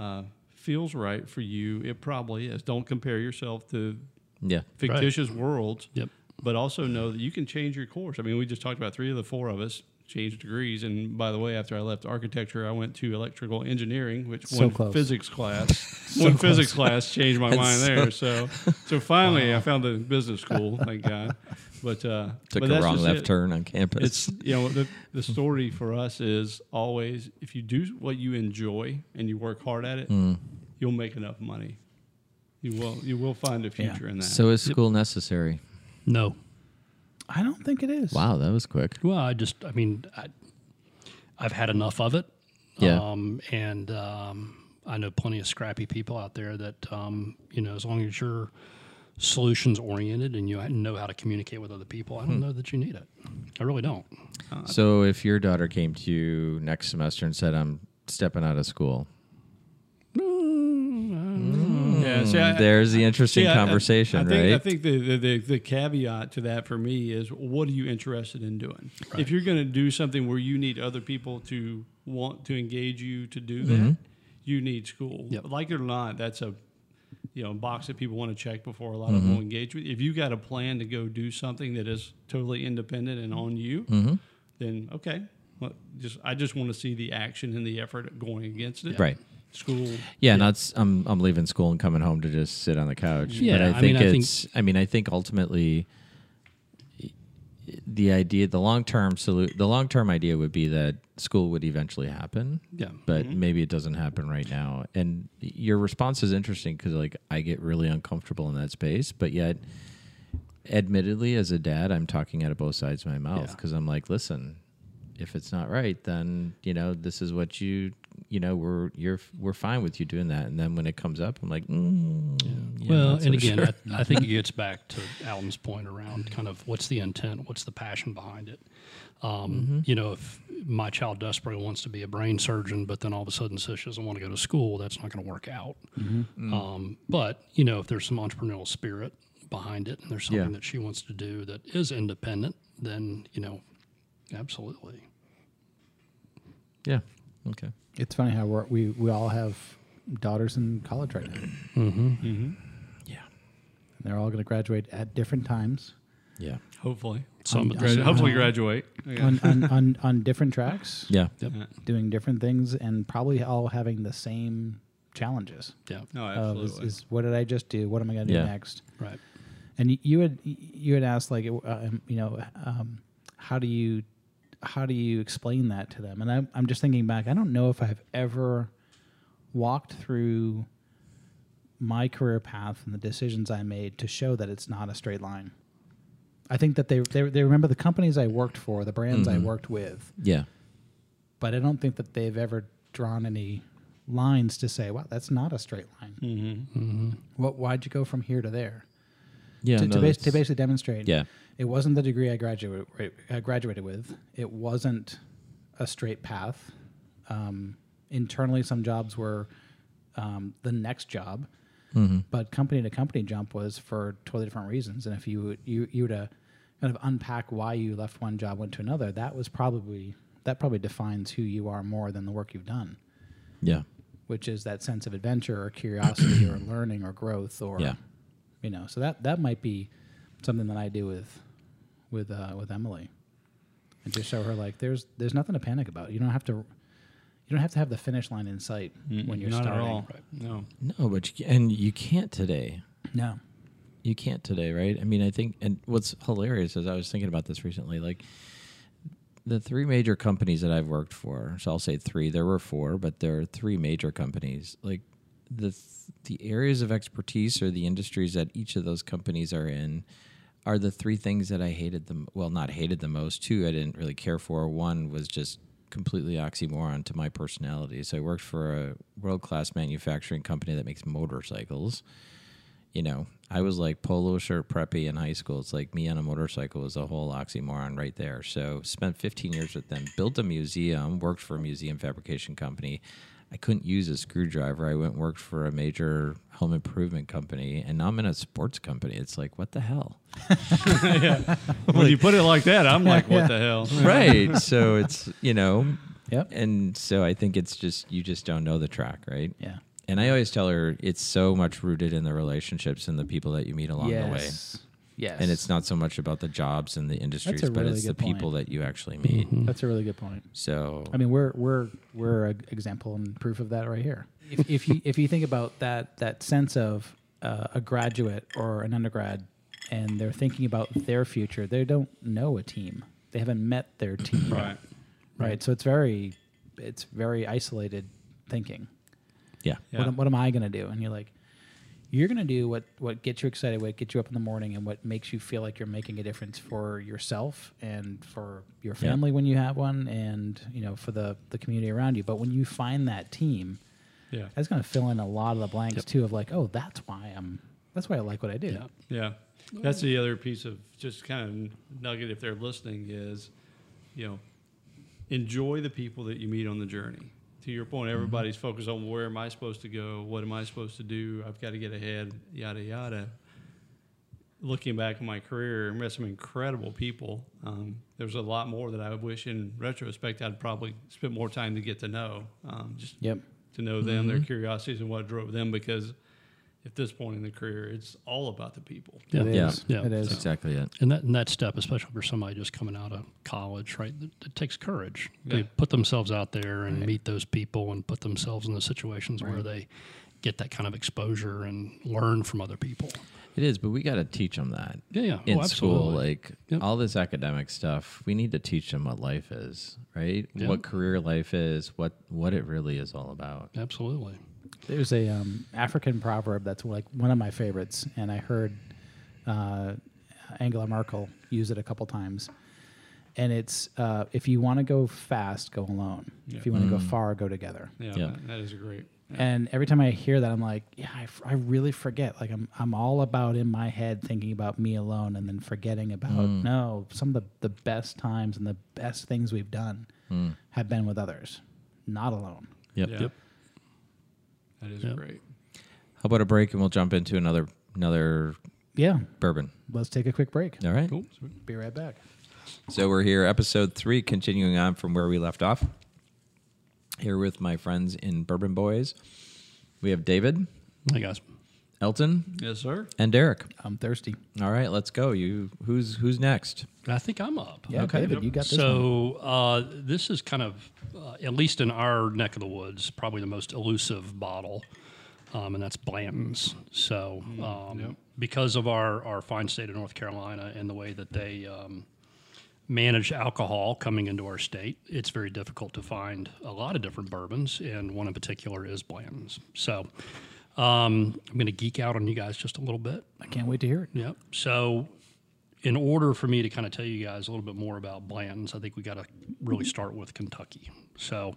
Speaker 3: uh, feels right for you, it probably is. Don't compare yourself to
Speaker 1: yeah
Speaker 3: fictitious worlds,
Speaker 2: Yep.
Speaker 3: but also know that you can change your course. I mean, we just talked about three of the four of us changed degrees. And by the way, after I left architecture, I went to electrical engineering, which
Speaker 5: So
Speaker 3: one
Speaker 5: close.
Speaker 3: physics class, one physics class changed my mind there. So, so finally, I found the business school. Thank God. But uh,
Speaker 1: took
Speaker 3: but
Speaker 1: a
Speaker 3: that's
Speaker 1: wrong
Speaker 3: just
Speaker 1: left
Speaker 3: it.
Speaker 1: turn on campus
Speaker 3: It's you know the, the story for us is always if you do what you enjoy and you work hard at it,
Speaker 1: Mm. Hmm.
Speaker 3: you'll make enough money. You will you will find a future in that.
Speaker 1: so is school necessary
Speaker 2: No.
Speaker 5: I don't think it is.
Speaker 1: wow that was quick
Speaker 2: Well, I just, I mean, I, I've had enough of it.
Speaker 1: Yeah.
Speaker 2: Um, and um, I know plenty of scrappy people out there that, um, you know, as long as you're solutions oriented and you know how to communicate with other people, I don't know that you need it. I really don't.
Speaker 3: Uh,
Speaker 1: so if your daughter came to you next semester and said i'm stepping out of school
Speaker 3: yeah, see, I-
Speaker 1: there's the interesting
Speaker 3: See, I- I-
Speaker 1: conversation
Speaker 3: I, think,
Speaker 1: right
Speaker 3: I think the, the, the, the caveat to that for me is what are you interested in doing? If you're going to do something where you need other people to want to engage you to do
Speaker 1: Mm-hmm.
Speaker 3: that, you need school.
Speaker 2: Yep.
Speaker 3: Like it or not, that's a you know box that people want to check before a lot
Speaker 1: Mm-hmm.
Speaker 3: of them will engage with. If you got a plan to go do something that is totally independent and on you,
Speaker 1: Mm-hmm.
Speaker 3: then okay. Well, just I just want to see the action and the effort going against it.
Speaker 1: right
Speaker 3: School.
Speaker 1: yeah, not s- I'm I'm leaving school and coming home to just sit on the couch.
Speaker 2: Yeah,
Speaker 1: but
Speaker 2: I
Speaker 1: I
Speaker 2: mean,
Speaker 1: think
Speaker 2: I think-
Speaker 1: it's I mean I think ultimately the idea, the long term salute, the long term idea would be that school would eventually happen.
Speaker 2: Yeah.
Speaker 1: But maybe it doesn't happen right now. And your response is interesting because like I get really uncomfortable in that space, but yet, admittedly, as a dad, I'm talking out of both sides of my mouth
Speaker 2: Yeah.
Speaker 1: because I'm like, listen, if it's not right, then you know this is what you you know we're you're we're fine with you doing that. And then when it comes up, I'm like, mm, yeah,
Speaker 2: well,
Speaker 1: not so
Speaker 2: and again,
Speaker 1: sure.
Speaker 2: I, I think it gets back to Alan's point around kind of what's the intent, what's the passion behind it. Um,
Speaker 1: Mm-hmm.
Speaker 2: You know, if my child desperately wants to be a brain surgeon, but then all of a sudden says she doesn't want to go to school, that's not going to work out.
Speaker 1: Mm-hmm.
Speaker 2: Um, but you know, if there's some entrepreneurial spirit behind it, and there's something
Speaker 1: Yeah.
Speaker 2: that she wants to do that is independent, then you know, absolutely.
Speaker 1: yeah, okay.
Speaker 5: It's funny how we're, we we all have daughters in college right now. And
Speaker 3: Mm-hmm.
Speaker 1: Yeah.
Speaker 5: they're all going to graduate at different times
Speaker 1: Yeah.
Speaker 3: Hopefully.
Speaker 2: Some of
Speaker 3: Gradu-
Speaker 2: the
Speaker 3: hopefully graduate. Yeah.
Speaker 5: on, on, on on different tracks,
Speaker 1: Yeah.
Speaker 5: doing different things, and probably all having the same challenges.
Speaker 2: yeah,
Speaker 3: No,
Speaker 5: Of is,
Speaker 3: absolutely.
Speaker 5: is what did I just do? What am I going to
Speaker 1: Yeah.
Speaker 5: do next?
Speaker 2: right.
Speaker 5: And y- you had you had asked like uh, um, you know um, how do you how do you explain that to them? And I'm I'm just thinking back. I don't know if I've ever walked through my career path and the decisions I made to show that it's not a straight line. I think that they they, they remember the companies I worked for, the brands
Speaker 1: Mm-hmm.
Speaker 5: I worked with,
Speaker 1: Yeah.
Speaker 5: but I don't think that they've ever drawn any lines to say, "Wow, that's not a straight line." Mm-hmm. What? Why'd you go from here to there?
Speaker 1: Yeah.
Speaker 5: to,
Speaker 1: no,
Speaker 5: to, bas- to
Speaker 1: that's-
Speaker 5: basically demonstrate.
Speaker 1: Yeah.
Speaker 5: It wasn't the degree I graduated I graduated with. It wasn't a straight path. Um, internally, some jobs were um, the next job, but company to company jump was for totally different reasons. And if you would- you you were to kind of unpack why you left one job went to another, that was probably that probably defines who you are more than the work you've done,
Speaker 1: Yeah.
Speaker 5: which is that sense of adventure or curiosity or learning or growth or
Speaker 1: Yeah.
Speaker 5: you know so that that might be something that i do with with uh with emily and just show her like there's there's nothing to panic about you don't have to you don't have to have the finish line in sight when you're
Speaker 3: Not
Speaker 5: starting
Speaker 3: at all. No.
Speaker 1: No, but you, and you can't today.
Speaker 5: no
Speaker 1: You can't today, right? I mean, I think, and what's hilarious is I was thinking about this recently. Like, the three major companies that I've worked for, so I'll say three, there were four, but there are three major companies. Like, the, th- the areas of expertise or the industries that each of those companies are in are the three things that I hated them. Well, not hated the most. Two, I didn't really care for. One was just completely oxymoron to my personality. So I worked for a world class manufacturing company that makes motorcycles you know, I was like polo shirt preppy in high school. It's like me on a motorcycle was a whole oxymoron right there. So spent 15 years with them, built a museum, worked for a museum fabrication company. I couldn't use a screwdriver. I went and worked for a major home improvement company, and now I'm in a sports company. It's like, what the hell?
Speaker 3: When you put it like that, I'm like, what the hell?
Speaker 1: right. So it's you know,
Speaker 5: Yep.
Speaker 1: And so I think it's just you just don't know the track, right?
Speaker 5: yeah
Speaker 1: And I always tell her it's so much rooted in the relationships and the people that you meet along the way.
Speaker 5: yes yes
Speaker 1: and it's not so much about the jobs and the industries,
Speaker 5: a
Speaker 1: but
Speaker 5: really
Speaker 1: it's the
Speaker 5: good point.
Speaker 1: people that you actually meet.
Speaker 5: that's a really good point
Speaker 1: So
Speaker 5: I mean, we're we're we're an example and proof of that right here. If, if you if you think about that that sense of uh, a graduate or an undergrad, and they're thinking about their future, they don't know a team. They haven't met their team.
Speaker 3: Right.
Speaker 5: Right. So it's very it's very isolated thinking.
Speaker 1: yeah,
Speaker 5: What, am, what am I going to do? And you're like, you're going to do what what gets you excited, what gets you up in the morning, and what makes you feel like you're making a difference for yourself and for your
Speaker 1: Yeah.
Speaker 5: family when you have one, and you know for the the community around you. But when you find that team,
Speaker 3: Yeah.
Speaker 5: that's going to fill in a lot of the blanks too. Of like, oh, that's why I'm. That's why I like what I do.
Speaker 2: Yeah.
Speaker 3: Yeah. That's the other piece of just kind of nugget if they're listening is, you know, enjoy the people that you meet on the journey. To your point, everybody's focused on where am I supposed to go? What am I supposed to do? I've got to get ahead, yada, yada. Looking back on my career, I met some incredible people. Um, there's a lot more that I wish in retrospect I'd probably spent more time to get to know. Um, just
Speaker 5: Yep.
Speaker 3: to know them, their curiosities, and what drove them. Because at this point in the career, it's all about the people.
Speaker 2: Yeah.
Speaker 5: It
Speaker 1: Yeah.
Speaker 5: is.
Speaker 2: Yeah.
Speaker 5: It
Speaker 1: that's
Speaker 5: is.
Speaker 1: exactly it.
Speaker 2: And that, and that step, especially for somebody just coming out of college, right? It, it takes courage
Speaker 3: Yeah.
Speaker 2: to put themselves out there and meet those people and put themselves in the situations where they get that kind of exposure and learn from other people.
Speaker 1: It is, but we got to teach them that.
Speaker 2: Yeah, yeah. Oh,
Speaker 1: In school,
Speaker 2: absolutely.
Speaker 1: like
Speaker 2: Yep.
Speaker 1: all this academic stuff, we need to teach them what life is, right?
Speaker 2: Yeah.
Speaker 1: What career life is, what what it really is all about.
Speaker 2: Absolutely.
Speaker 5: There's a um, African proverb that's like one of my favorites, and I heard uh, Angela Merkel use it a couple times. And it's uh, if you want to go fast, go alone. If you want to go far, go together.
Speaker 3: Yeah,
Speaker 1: Yeah.
Speaker 3: that- that is a great.
Speaker 5: And every time I hear that, I'm like, yeah, I, f- I really forget. Like I'm I'm all about in my head thinking about me alone, and then forgetting about no. Some of the the best times and the best things we've done have been with others, not alone.
Speaker 1: Yep.
Speaker 3: Yeah.
Speaker 2: Yep.
Speaker 3: That is
Speaker 2: Yep.
Speaker 3: great.
Speaker 1: How about a break and we'll jump into another another
Speaker 5: Yeah,
Speaker 1: bourbon.
Speaker 5: let's take a quick break.
Speaker 1: All right.
Speaker 3: Cool. Sweet.
Speaker 5: Be right back.
Speaker 1: So we're here, episode three, continuing on from where we left off. Here with my friends in Bourbon Boys. We have David,
Speaker 2: I guess.
Speaker 1: Elton,
Speaker 3: Yes, sir.
Speaker 1: and Derek.
Speaker 5: I'm thirsty.
Speaker 1: All right, let's go. You who's who's next?
Speaker 2: I think I'm up.
Speaker 5: Yeah,
Speaker 1: Okay.
Speaker 5: David, you got this. one.
Speaker 2: So uh, this is kind of, uh, at least in our neck of the woods, probably the most elusive bottle, um, and that's Blanton's. So um, because of our, our fine state of North Carolina and the way that they um, manage alcohol coming into our state, it's very difficult to find a lot of different bourbons, and one in particular is Blanton's. So um, I'm going to geek out on you guys just a little bit.
Speaker 5: I can't wait to hear it.
Speaker 2: Yep. So, in order for me to kind of tell you guys a little bit more about Blanton's, I think we got to
Speaker 5: Mm-hmm.
Speaker 2: really start with Kentucky. So,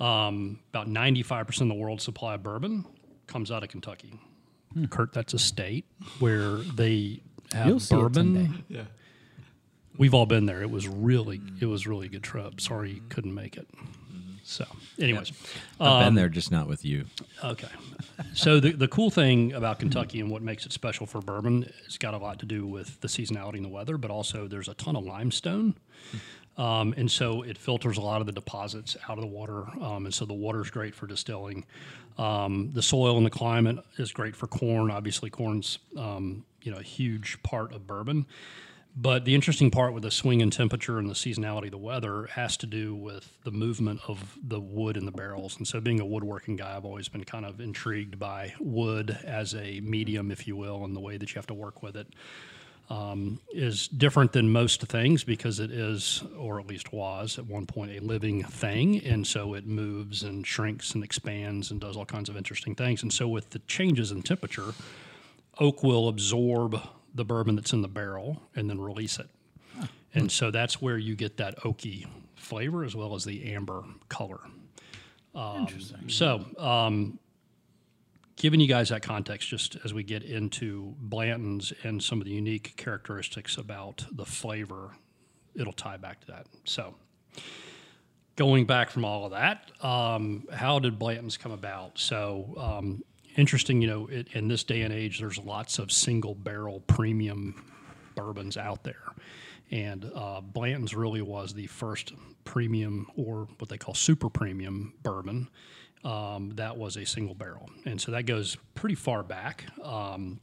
Speaker 2: um, about 95% of the world's supply of bourbon comes out of Kentucky. Kurt, that's a state where they have
Speaker 5: Hmm. You'll see it someday. Mm-hmm.
Speaker 2: bourbon.
Speaker 3: Yeah.
Speaker 2: We've all been there. It was really, it was really a good trip. Sorry you couldn't make it. So, anyways,
Speaker 1: I've been there, just not with you.
Speaker 2: Okay. So the, the cool thing about Kentucky and what makes it special for bourbon, it's got a lot to do with the seasonality and the weather, but also there's a ton of limestone. Um, and so it filters a lot of the deposits out of the water. Um, and so the water is great for distilling. Um, the soil and the climate is great for corn. Obviously, corn's um, you know a huge part of bourbon. But the interesting part with the swing in temperature and the seasonality of the weather has to do with the movement of the wood in the barrels. And so, being a woodworking guy, I've always been kind of intrigued by wood as a medium, if you will, and the way that you have to work with it is different than most things because it is, or at least was, at one point a living thing. And so it moves and shrinks and expands and does all kinds of interesting things. And so, with the changes in temperature, oak will absorb the bourbon that's in the barrel and then release it. And so that's where you get that oaky flavor as well as the amber color. Interesting. So, giving you guys that context just as we get into Blanton's and some of the unique characteristics about the flavor, it'll tie back to that. So, going back from all of that, um, how did Blanton's come about? So, um, interesting, you know, it, in this day and age, there's lots of single barrel premium bourbons out there. And uh, Blanton's really was the first premium or what they call super premium bourbon um, that was a single barrel. And so that goes pretty far back um,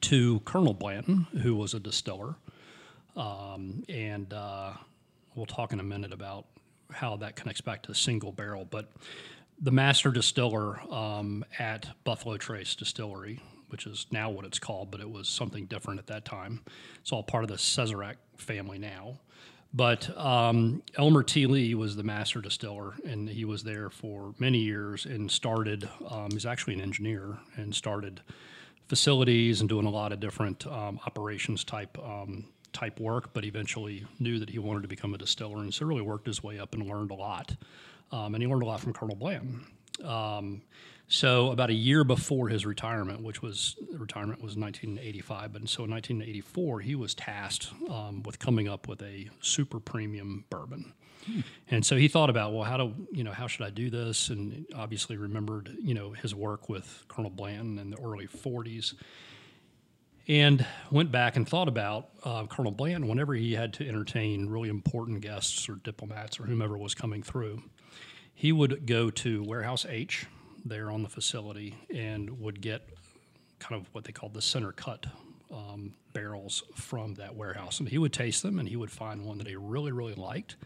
Speaker 2: to Colonel Blanton, who was a distiller. Um, and uh, we'll talk in a minute about how that connects back to the single barrel. But the master distiller um, at Buffalo Trace Distillery, which is now what it's called, but it was something different at that time. It's all part of the Cesarac family now. But um, Elmer T. Lee was the master distiller, and he was there for many years and started, um, he's actually an engineer, and started facilities and doing a lot of different um, operations type um, type work, but eventually knew that he wanted to become a distiller, and so really worked his way up and learned a lot. Um, and he learned a lot from Colonel Bland. Um, so about a year before his retirement, which was retirement was 1985, but so in 1984 he was tasked um, with coming up with a super premium bourbon. And so he thought about, well, how do you know how should I do this? And obviously remembered you know his work with Colonel Blanton in the early '40s, and went back and thought about uh, Colonel Blanton whenever he had to entertain really important guests or diplomats or whomever was coming through. He would go to Warehouse H there on the facility and would get kind of what they called the center cut um, barrels from that warehouse. And he would taste them and he would find one that he really,
Speaker 5: Hmm.
Speaker 2: really liked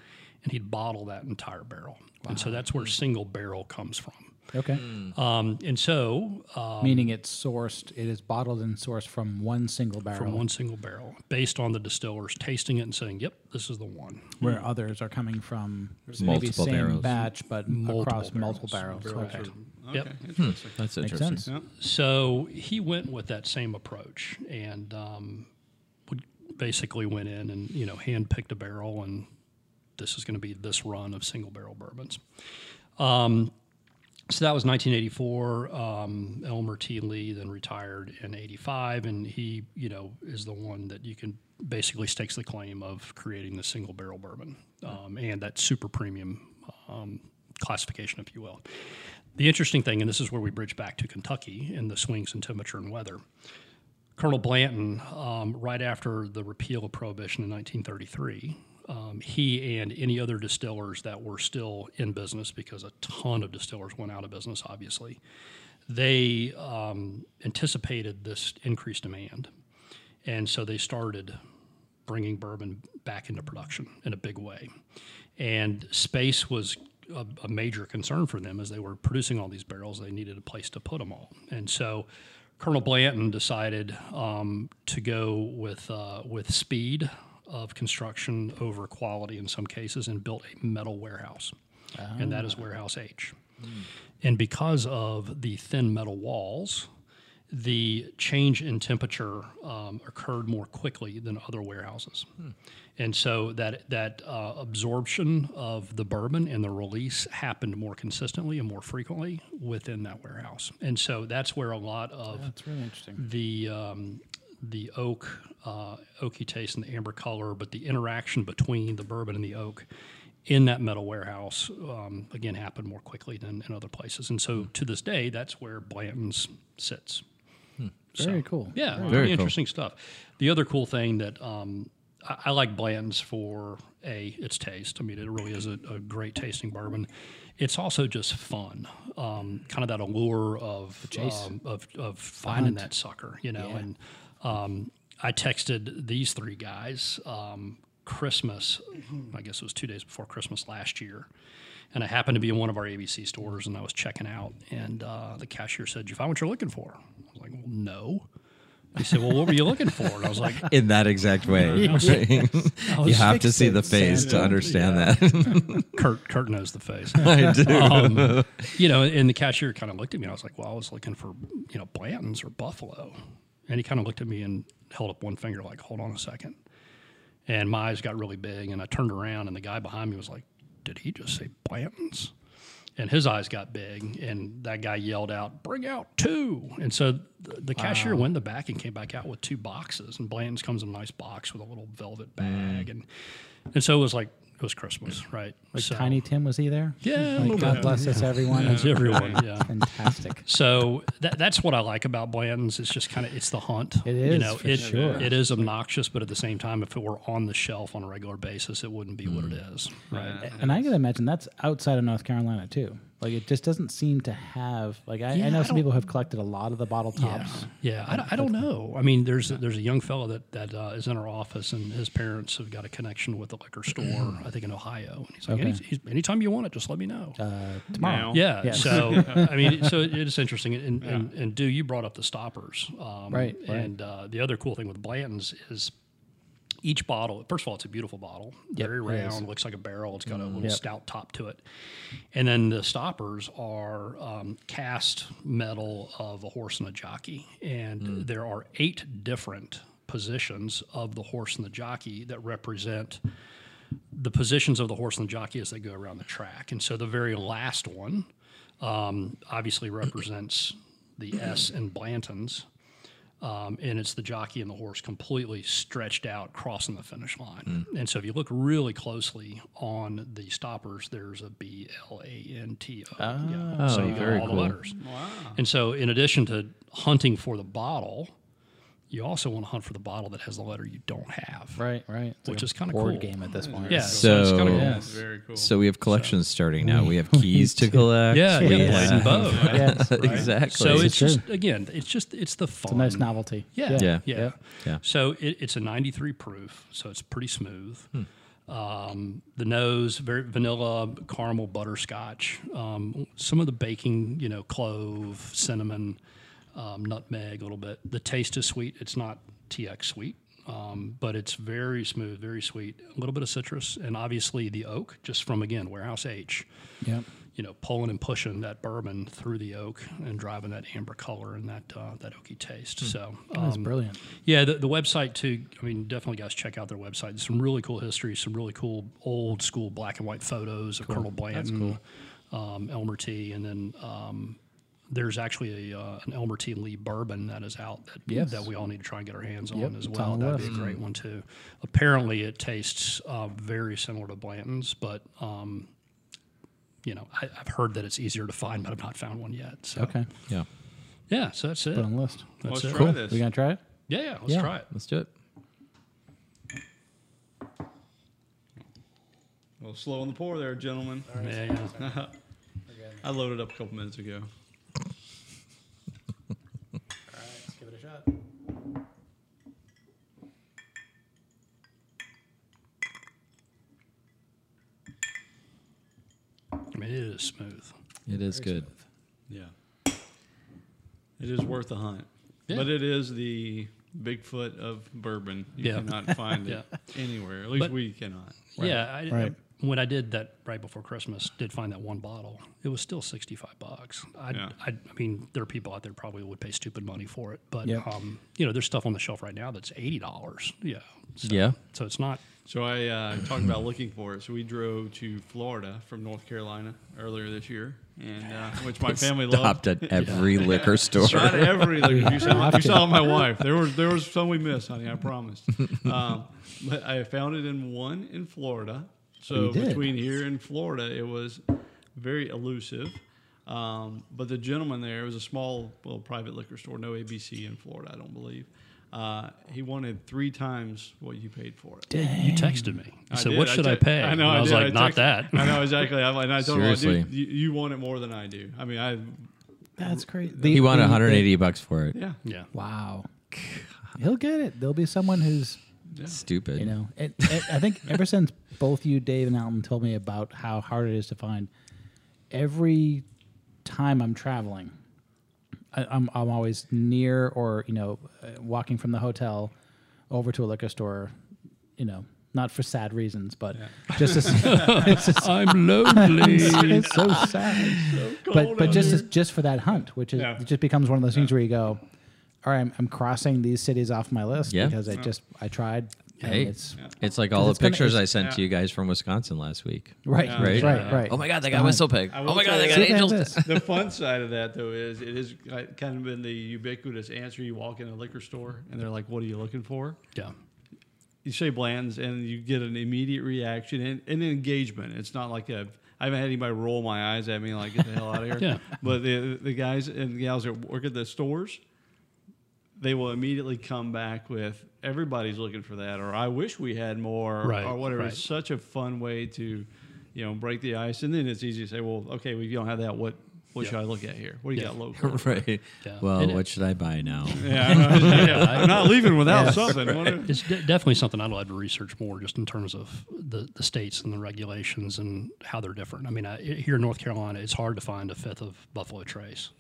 Speaker 2: and he'd bottle that entire barrel. And so that's where single barrel comes from.
Speaker 5: Okay.
Speaker 1: Hmm.
Speaker 2: Um, and so uh,
Speaker 5: Meaning it's sourced, it is bottled and sourced from one single barrel,
Speaker 2: from one single barrel, based on the distillers tasting it and saying, "Yep, this is the one."
Speaker 5: where others are coming from maybe
Speaker 1: Multiple
Speaker 5: same
Speaker 1: barrels.
Speaker 5: batch, but
Speaker 2: Multiple
Speaker 5: across
Speaker 2: barrels.
Speaker 5: multiple barrels. Okay.
Speaker 3: Okay,
Speaker 2: Yep.
Speaker 3: interesting.
Speaker 1: That's
Speaker 5: Makes
Speaker 1: interesting.
Speaker 5: sense.
Speaker 3: Yeah.
Speaker 2: So he went with that same approach and um, would basically went in and you know handpicked a barrel and this is going to be this run of single barrel bourbons. Um, so that was 1984. Um, Elmer T. Lee then retired in '85, and he you know is the one that you can basically stakes the claim of creating the single barrel bourbon um, and that super premium um, classification, if you will. The interesting thing, and this is where we bridge back to Kentucky and the swings in temperature and weather. Colonel Blanton, um, right after the repeal of prohibition in 1933, um, he and any other distillers that were still in business, because a ton of distillers went out of business, obviously, they um, anticipated this increased demand. And so they started bringing bourbon back into production in a big way. And space was a, a major concern for them as they were producing all these barrels. They needed a place to put them all. And so Colonel Blanton decided um, to go with, uh, with speed of construction over quality in some cases and built a metal warehouse. And that is Warehouse H. And because of the thin metal walls, the change in temperature um, occurred more quickly than other warehouses. And so that, that uh, absorption of the bourbon and the release happened more consistently and more frequently within that warehouse. And so that's where a lot of
Speaker 5: That's really interesting.
Speaker 2: the um, the oak uh, oaky taste and the amber color, but the interaction between the bourbon and the oak in that metal warehouse um, again happened more quickly than in other places. And so to this day, that's where Blanton's sits.
Speaker 5: Very cool.
Speaker 2: Hmm. Yeah, very,
Speaker 1: Very cool.
Speaker 2: interesting stuff. The other cool thing that um, I, I like Blanton's for a its taste. I mean, it really is a, a great tasting bourbon. It's also just fun, um, kind of that allure of
Speaker 5: chase.
Speaker 2: um, of, of finding that sucker, you know. And um, I texted these three guys um, Christmas. I guess it was two days before Christmas last year. And I happened to be in one of our ABC stores, and I was checking out, and uh, the cashier said, "You found what you're looking for?" I was like, "Well, no." He said, "Well, what were you looking for?" And I was like,
Speaker 1: In that exact way. you
Speaker 2: was
Speaker 1: have to
Speaker 5: fixed
Speaker 1: see
Speaker 5: it,
Speaker 1: the face
Speaker 5: Sam.
Speaker 1: to understand that.
Speaker 2: "Kurt, Kurt knows the face."
Speaker 1: I do.
Speaker 2: Um, you know, and the cashier kind of looked at me. and I was like, "Well, I was looking for you know Blanton's or Buffalo," and he kind of looked at me and held up one finger, like, "Hold on a second. And my eyes got really big, and I turned around, and the guy behind me was like, "Did he just say Blanton's?" And his eyes got big, and that guy yelled out, "Bring out two. And so the, the cashier went in the back and came back out with two boxes, and Blanton's comes in a nice box with a little velvet bag, and and so it was like it was Christmas, right?
Speaker 5: Mm. Like
Speaker 2: So-
Speaker 5: Tiny Tim, was he there?
Speaker 2: Yeah, a
Speaker 5: Like,
Speaker 2: little
Speaker 5: God
Speaker 2: bit.
Speaker 5: bless us, everyone.
Speaker 2: It's everyone, yeah.
Speaker 5: Fantastic.
Speaker 2: So that, that's what I like about Blanton's. It's just kind of it's the hunt.
Speaker 5: It
Speaker 2: You
Speaker 5: is,
Speaker 2: know,
Speaker 5: for
Speaker 2: it,
Speaker 5: sure.
Speaker 2: it is obnoxious, but at the same time, if it were on the shelf on a regular basis, it wouldn't be what it is. Mm. Right.
Speaker 5: And I can imagine that's outside of North Carolina too. Like it just doesn't seem to have like I,
Speaker 2: Yeah,
Speaker 5: I know
Speaker 2: I
Speaker 5: some
Speaker 2: don't-
Speaker 5: people have collected a lot of the bottle tops.
Speaker 2: Um, Yeah, I, don't- I don't know. I mean, there's there's a young fellow that that uh, is in our office, and his parents have got a connection with a liquor store, I think in Ohio. And he's like, Any, he's, anytime you want it, just let me know.
Speaker 5: Uh, tomorrow.
Speaker 2: yeah.
Speaker 5: yes.
Speaker 2: So I mean, so it is interesting. And and, and do you brought up the stoppers? Um,
Speaker 5: Right, right.
Speaker 2: And uh, the other cool thing with Blanton's is each bottle. First of all, it's a beautiful bottle, very round, looks like a barrel. It's got a little
Speaker 5: Mm-hmm. Yep.
Speaker 2: stout top to it, and then the stoppers are um, cast metal of a horse and a jockey, and
Speaker 5: Mm.
Speaker 2: there are eight different positions of the horse and the jockey that represent the positions of the horse and the jockey as they go around the track. And so the very last one um, obviously represents the S and Blanton's. Um, and it's the jockey and the horse completely stretched out crossing the finish line.
Speaker 1: Mm.
Speaker 2: And so if you look really closely on the stoppers, there's a B L A N T O. yeah. So you
Speaker 1: Ah, very
Speaker 2: got all
Speaker 1: cool.
Speaker 2: the letters. Wow. And so in addition to hunting for the bottle, you also want to hunt for the bottle that has the letter you don't have.
Speaker 5: Right, right. It's
Speaker 2: Which
Speaker 5: a
Speaker 2: is kinda
Speaker 5: board
Speaker 2: cool.
Speaker 5: game at this point.
Speaker 2: Yeah.
Speaker 1: So-
Speaker 2: it's kinda cool.
Speaker 1: Yeah.
Speaker 3: That's very cool.
Speaker 1: So we have collections starting now. We have keys to collect.
Speaker 2: Yeah,
Speaker 1: we
Speaker 2: yeah,
Speaker 1: have-
Speaker 2: playing both.
Speaker 5: Yes.
Speaker 1: exactly.
Speaker 2: So
Speaker 5: This
Speaker 2: it's
Speaker 5: is
Speaker 2: just again, it's just it's the fun.
Speaker 5: It's a nice novelty.
Speaker 2: Yeah, yeah,
Speaker 1: Yeah.
Speaker 2: yeah.
Speaker 1: Yeah.
Speaker 2: So it, it's a 93 proof, so it's pretty smooth. Um, the nose, very vanilla, caramel, butterscotch. Um, some of the baking, you know, clove, cinnamon, um, nutmeg a little bit. The taste is sweet. It's not TX sweet, um, but it's very smooth, very sweet. A little bit of citrus, and obviously the oak, just from again warehouse age
Speaker 5: Yep.
Speaker 2: you know, pulling and pushing that bourbon through the oak and driving that amber color and that uh, that oaky taste. So,
Speaker 5: That's
Speaker 2: um,
Speaker 5: brilliant.
Speaker 2: yeah, the, the website too. I mean, definitely guys check out their website. There's some really cool history, some really cool old school black and white photos of Colonel Blanton, um, Elmer T, and then um, there's actually a uh, an Elmer T Lee bourbon that is out that
Speaker 5: Yes.
Speaker 2: that we all need to try and get our hands
Speaker 5: Yep,
Speaker 2: on as
Speaker 5: it's
Speaker 2: well.
Speaker 5: on the
Speaker 2: That'd be a
Speaker 5: list.
Speaker 2: great one too. Apparently, it tastes uh, very similar to Blanton's, but um, you know, I, I've heard that it's easier to find, but I've not found one yet. So
Speaker 5: Okay.
Speaker 1: Yeah.
Speaker 2: yeah, so that's it.
Speaker 5: Put on the list.
Speaker 2: That's
Speaker 3: Let's
Speaker 2: it.
Speaker 3: try
Speaker 5: Cool.
Speaker 3: this.
Speaker 5: We gonna try it?
Speaker 2: Yeah, yeah, let's
Speaker 5: Yeah.
Speaker 2: try it.
Speaker 1: Let's do it.
Speaker 3: A little slow on the pour there, gentlemen.
Speaker 2: Yeah, yeah.
Speaker 3: I loaded up a couple minutes ago.
Speaker 5: All right, let's give it a shot.
Speaker 2: I mean, it is smooth.
Speaker 1: It is good.
Speaker 3: Yeah. It is worth the hunt.
Speaker 2: Yeah.
Speaker 3: But it is the Bigfoot of bourbon. You
Speaker 2: Yeah.
Speaker 3: cannot find
Speaker 2: Yeah.
Speaker 3: it anywhere. At least
Speaker 2: But-
Speaker 3: we cannot.
Speaker 2: Yeah, I,
Speaker 5: Right.
Speaker 2: I- when I did that right before Christmas, did find that one bottle. It was still sixty five bucks. I,
Speaker 3: Yeah.
Speaker 2: I, I mean, there are people out there probably would pay stupid money for it, but
Speaker 5: Yep.
Speaker 2: um, you know, there's stuff on the shelf right now that's eighty dollars. Yeah, so,
Speaker 1: Yeah.
Speaker 2: So it's not.
Speaker 3: So I uh, talked about looking for it. So we drove to Florida from North Carolina earlier this year, and uh, which my family loved.
Speaker 1: Stopped at every liquor store.
Speaker 3: Not every liquor. You saw, you saw my wife. There was there was some we missed, honey. I promise. Um, but I found it in one in Florida. So
Speaker 5: You did.
Speaker 3: between here and Florida, it was very elusive. Um, but the gentleman there it was a small well, private liquor store, no ABC in Florida, I don't believe. Uh, he wanted three times what you paid for it.
Speaker 2: You texted me. You said,
Speaker 3: did.
Speaker 2: "What should I,
Speaker 3: te-
Speaker 2: pay?"
Speaker 3: I know.
Speaker 2: And I was
Speaker 3: did.
Speaker 2: like, "Not
Speaker 3: texted-
Speaker 2: that."
Speaker 3: I know exactly. I, and I told him,
Speaker 1: Seriously.
Speaker 3: dude, you, you want it more than I do. I mean, I
Speaker 5: That's crazy.
Speaker 1: He wanted 180 bucks for it.
Speaker 3: yeah.
Speaker 2: yeah.
Speaker 5: Wow. He'll get it. There'll be someone who's
Speaker 1: Stupid.
Speaker 5: You know, it, it, I think ever since both you, Dave, and Alton told me about how hard it is to find, every time I'm traveling, I, I'm, I'm always near or, you know, uh, walking from the hotel over to a liquor store, you know, not for sad reasons, but just to see. it's, just-
Speaker 2: I'm lonely.
Speaker 5: it's so sad. but but just as, just for that hunt, which is
Speaker 3: Yeah.
Speaker 5: it just becomes one of those things where you go, all right, I'm, I'm crossing these cities off my list
Speaker 1: Yeah.
Speaker 5: because I just I tried. and
Speaker 1: Hey, it's,
Speaker 5: it's
Speaker 1: like all the
Speaker 5: it's gonna-
Speaker 1: pictures
Speaker 5: it's-
Speaker 1: I sent to
Speaker 3: yeah.
Speaker 1: you guys from Wisconsin last week.
Speaker 5: Right,
Speaker 3: Yeah.
Speaker 5: right,
Speaker 1: Right?
Speaker 5: right, right.
Speaker 1: Oh my God, they got
Speaker 5: Fine.
Speaker 1: Whistle Pig.
Speaker 3: I
Speaker 1: Oh
Speaker 3: will
Speaker 1: my God,
Speaker 3: tell
Speaker 1: they
Speaker 3: you
Speaker 1: got
Speaker 5: See, there's
Speaker 1: Angels.
Speaker 5: this.
Speaker 3: the fun side of that though is it is uh, kind of been the ubiquitous answer. You walk in a liquor store and they're like, "What are you looking for?"
Speaker 2: yeah.
Speaker 3: You say Bland's, and you get an immediate reaction and, and engagement. It's not like a I haven't had anybody roll my eyes at me like get the hell out of here.
Speaker 2: Yeah.
Speaker 3: But the the guys and gals that work at the stores, they will immediately come back with everybody's looking for that, or I wish we had more,
Speaker 2: Right,
Speaker 3: or whatever.
Speaker 2: right.
Speaker 3: It's such a fun way to, you know, break the ice, and then it's easy to say, well, okay, we don't have that. What what
Speaker 2: Yeah.
Speaker 3: should I look at here? What do you
Speaker 2: Yeah.
Speaker 3: got local?
Speaker 1: right.
Speaker 2: Yeah.
Speaker 1: Well,
Speaker 2: And it-
Speaker 1: what should I buy now?
Speaker 3: Yeah, I know. Yeah, I'm not leaving without something. What-
Speaker 2: It's de- definitely something I'd love to research more, just in terms of the, the states and the regulations and how they're different. I mean, I, here in North Carolina, it's hard to find a fifth of Buffalo Trace,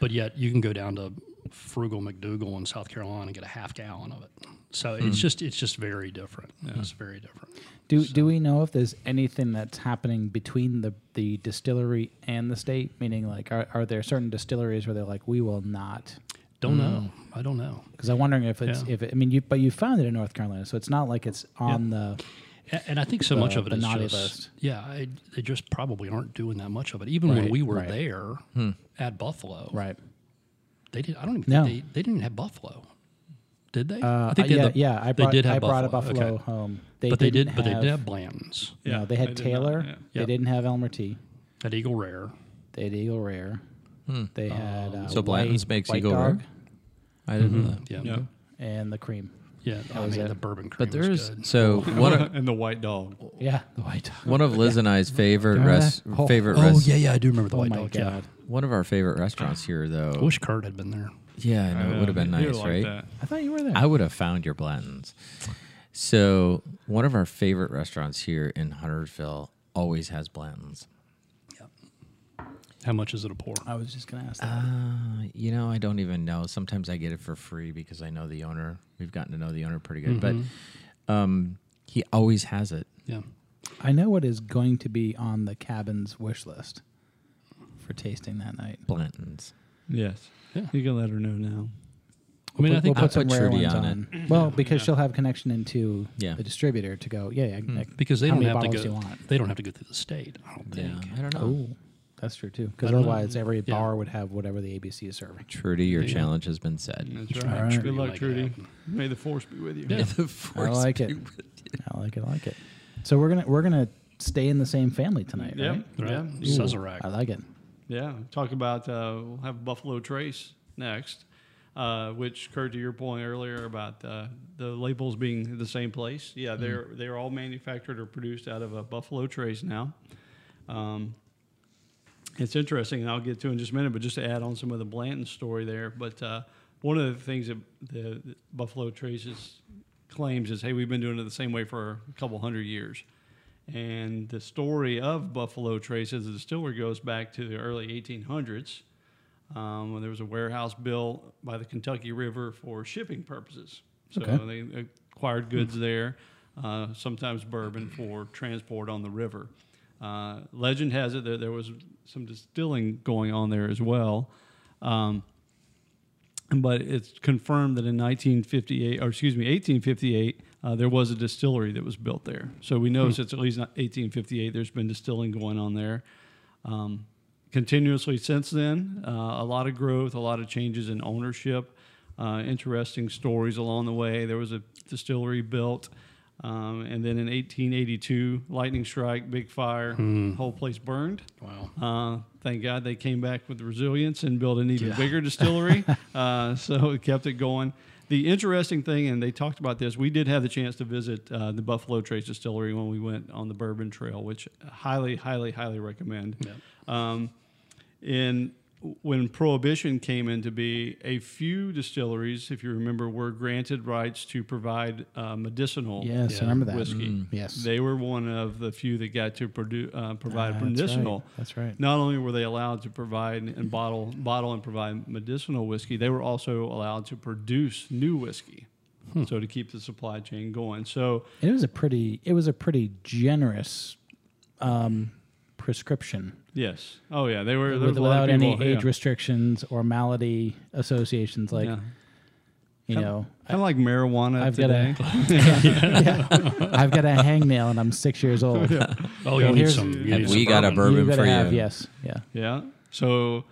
Speaker 2: but yet you can go down to Frugal McDougal in South Carolina and get a half gallon of it. So
Speaker 5: Hmm.
Speaker 2: it's just it's just very different. It's very different.
Speaker 5: Do do we know if there's anything that's happening between the the distillery and the state? Meaning, like, are, are there certain distilleries where they're like, we will not?
Speaker 2: Don't know.
Speaker 5: Hmm.
Speaker 2: I don't know.
Speaker 5: Because I'm wondering if it's
Speaker 2: Yeah.
Speaker 5: if it, I mean, you but you found it in North Carolina, so it's not like it's on the
Speaker 2: A- And I think so much
Speaker 5: the-
Speaker 2: of it
Speaker 5: the
Speaker 2: is
Speaker 5: naughty
Speaker 2: just
Speaker 5: list.
Speaker 2: yeah, I, they just probably aren't doing that much of it. Even when
Speaker 5: Right,
Speaker 2: we were
Speaker 5: right. Hmm.
Speaker 2: there at Buffalo,
Speaker 5: right.
Speaker 2: They did. I don't even
Speaker 5: No.
Speaker 2: think they, they didn't have buffalo. Did they?
Speaker 5: Uh,
Speaker 2: I think they
Speaker 5: yeah,
Speaker 2: had the-
Speaker 5: yeah. I
Speaker 2: they
Speaker 5: brought
Speaker 2: did have
Speaker 5: I brought a
Speaker 2: buffalo.
Speaker 5: buffalo
Speaker 2: Okay.
Speaker 5: home.
Speaker 2: but they did.
Speaker 5: didn't
Speaker 2: But they did
Speaker 5: have-
Speaker 2: have Blanton's.
Speaker 5: No,
Speaker 3: Yeah,
Speaker 5: they
Speaker 3: they
Speaker 5: had
Speaker 3: did not,
Speaker 5: Taylor.
Speaker 3: yeah.
Speaker 5: They
Speaker 2: Yeah.
Speaker 5: didn't have Elmer T.
Speaker 2: At Eagle Rare.
Speaker 5: They had Eagle Rare.
Speaker 2: Hmm.
Speaker 5: They had uh,
Speaker 1: So Blanton's
Speaker 5: White-
Speaker 1: makes
Speaker 5: White
Speaker 1: Eagle Rare?
Speaker 5: Dog
Speaker 1: I didn't know that.
Speaker 2: Yeah.
Speaker 3: Yeah.
Speaker 5: and the cream.
Speaker 2: Yeah. I
Speaker 5: was
Speaker 2: mean,
Speaker 5: it.
Speaker 2: the bourbon cream.
Speaker 1: But there
Speaker 2: was
Speaker 1: is
Speaker 2: good.
Speaker 1: so one of,
Speaker 3: and the white dog.
Speaker 5: Yeah, Oh the White Dog.
Speaker 1: one of Liz and I's favorite
Speaker 5: Remember
Speaker 1: rest
Speaker 5: that? Oh.
Speaker 1: favorite
Speaker 2: Oh
Speaker 1: rest-
Speaker 2: yeah, yeah. I do remember the
Speaker 5: Oh
Speaker 2: white
Speaker 5: my
Speaker 2: dog. Yeah.
Speaker 5: god.
Speaker 1: one of our favorite restaurants here though.
Speaker 2: I wish Kurt had been there.
Speaker 1: yeah, I know, it would have been
Speaker 3: He
Speaker 1: nice,
Speaker 3: Oh, liked
Speaker 1: right?
Speaker 3: that.
Speaker 5: I thought you were there.
Speaker 1: I would have found your Blanton's. So one of our favorite restaurants here in Huntersville always has Blanton's.
Speaker 2: How much is it a pour?
Speaker 5: I was just gonna ask that.
Speaker 1: Uh, you know, I don't even know. Sometimes I get it for free because I know the owner. We've gotten to know the owner pretty good, but um, he always has it.
Speaker 2: Mm-hmm. Yeah.
Speaker 5: I know what is going to be on the cabin's wish list for tasting that night.
Speaker 1: Blanton's.
Speaker 3: Yes.
Speaker 2: Yeah.
Speaker 3: You can let her know now.
Speaker 2: I mean, I think
Speaker 5: we'll put
Speaker 1: I'll
Speaker 5: some
Speaker 1: put
Speaker 5: rare
Speaker 1: Trudy
Speaker 5: ones
Speaker 1: on
Speaker 5: on. Well, because
Speaker 2: Yeah. Hmm.
Speaker 5: she'll have connection into
Speaker 1: Yeah.
Speaker 5: the distributor to go. Yeah, yeah. like,
Speaker 2: because they
Speaker 5: how
Speaker 2: don't
Speaker 5: many
Speaker 2: have to
Speaker 5: bottles
Speaker 2: go.
Speaker 5: do you want?
Speaker 2: They don't have to go through the state. I don't think.
Speaker 1: I don't know.
Speaker 5: Oh, that's true too. Because
Speaker 2: I don't know.
Speaker 5: otherwise, every
Speaker 2: Yeah.
Speaker 5: bar would have whatever the ABC is serving.
Speaker 1: Trudy, your challenge has been said.
Speaker 3: That's
Speaker 5: right.
Speaker 3: right.
Speaker 5: Alright.
Speaker 3: Good luck,
Speaker 2: Make it
Speaker 3: Trudy.
Speaker 2: happen.
Speaker 3: May the force be with you.
Speaker 2: Yeah.
Speaker 1: The
Speaker 5: I
Speaker 1: force
Speaker 5: like
Speaker 1: be
Speaker 5: it.
Speaker 1: with you.
Speaker 5: I like it. I like it. So we're gonna we're gonna stay in the same family tonight,
Speaker 3: Yep.
Speaker 5: right?
Speaker 2: Right?
Speaker 3: Yeah.
Speaker 5: Ooh,
Speaker 2: Sazerac.
Speaker 5: I like it.
Speaker 3: Yeah, talk about uh, we'll have Buffalo Trace next, uh, which Kurt, to your point earlier about uh, the labels being the same place. Yeah,
Speaker 1: Mm.
Speaker 3: they're they're all manufactured or produced out of a Buffalo Trace now. Um, it's interesting, and I'll get to it in just a minute. But just to add on some of the Blanton story there, but uh, one of the things that the, the Buffalo Traces claims is, hey, we've been doing it the same way for a couple hundred years. And the story of Buffalo Trace as a distillery goes back to the early 1800s um, when there was a warehouse built by the Kentucky River for shipping purposes. So
Speaker 5: Okay.
Speaker 3: they acquired goods there, uh, sometimes bourbon for transport on the river. Uh, legend has it that there was some distilling going on there as well. Um, but it's confirmed that in 1958, or excuse me, 1858, uh, there was a distillery that was built there. So we know since at least not 1858, there's been distilling going on there. Um, continuously since then, uh, a lot of growth, a lot of changes in ownership, uh, interesting stories along the way. There was a distillery built. Um, and then in 1882, lightning strike, big fire, whole place burned.
Speaker 2: Wow.
Speaker 3: Uh, thank God they came back with resilience and built an even bigger distillery. uh, so it kept it going. The interesting thing, and they talked about this, we did have the chance to visit uh, the Buffalo Trace Distillery when we went on the Bourbon Trail, which highly, highly, highly recommend. Um, in when prohibition came into be, a few distilleries, if you remember, were granted rights to provide uh, medicinal
Speaker 5: Yes,
Speaker 2: Yeah.
Speaker 5: I remember that. mm,
Speaker 3: whiskey.
Speaker 5: Yes,
Speaker 3: They were one of the few that got to produ- uh, provide
Speaker 5: Mm-hmm. That's right.
Speaker 3: medicinal.
Speaker 5: That's right.
Speaker 3: Not only were they allowed to provide and bottle bottle and provide medicinal whiskey, they were also allowed to produce new whiskey.
Speaker 5: Hmm.
Speaker 3: So to keep the supply chain going. So
Speaker 5: It was a pretty. It was a pretty generous um, prescription
Speaker 3: yes, oh yeah, they were there was
Speaker 5: with,
Speaker 3: a lot
Speaker 5: without
Speaker 3: of
Speaker 5: any
Speaker 3: people-
Speaker 5: age
Speaker 3: yeah.
Speaker 5: restrictions or malady associations. Like
Speaker 3: Yeah.
Speaker 5: you know,
Speaker 3: Kind of like marijuana
Speaker 5: I've got
Speaker 3: today.
Speaker 5: a, Yeah. I've got a hangnail and I'm six years old.
Speaker 2: Oh,
Speaker 5: Well,
Speaker 2: you need
Speaker 5: here's-
Speaker 2: some. You
Speaker 1: Have
Speaker 2: need
Speaker 1: we
Speaker 2: some
Speaker 1: got a
Speaker 2: bourbon.
Speaker 1: bourbon
Speaker 5: gotta
Speaker 1: for
Speaker 5: have,
Speaker 1: you?
Speaker 5: Yes, yeah.
Speaker 3: Yeah. So,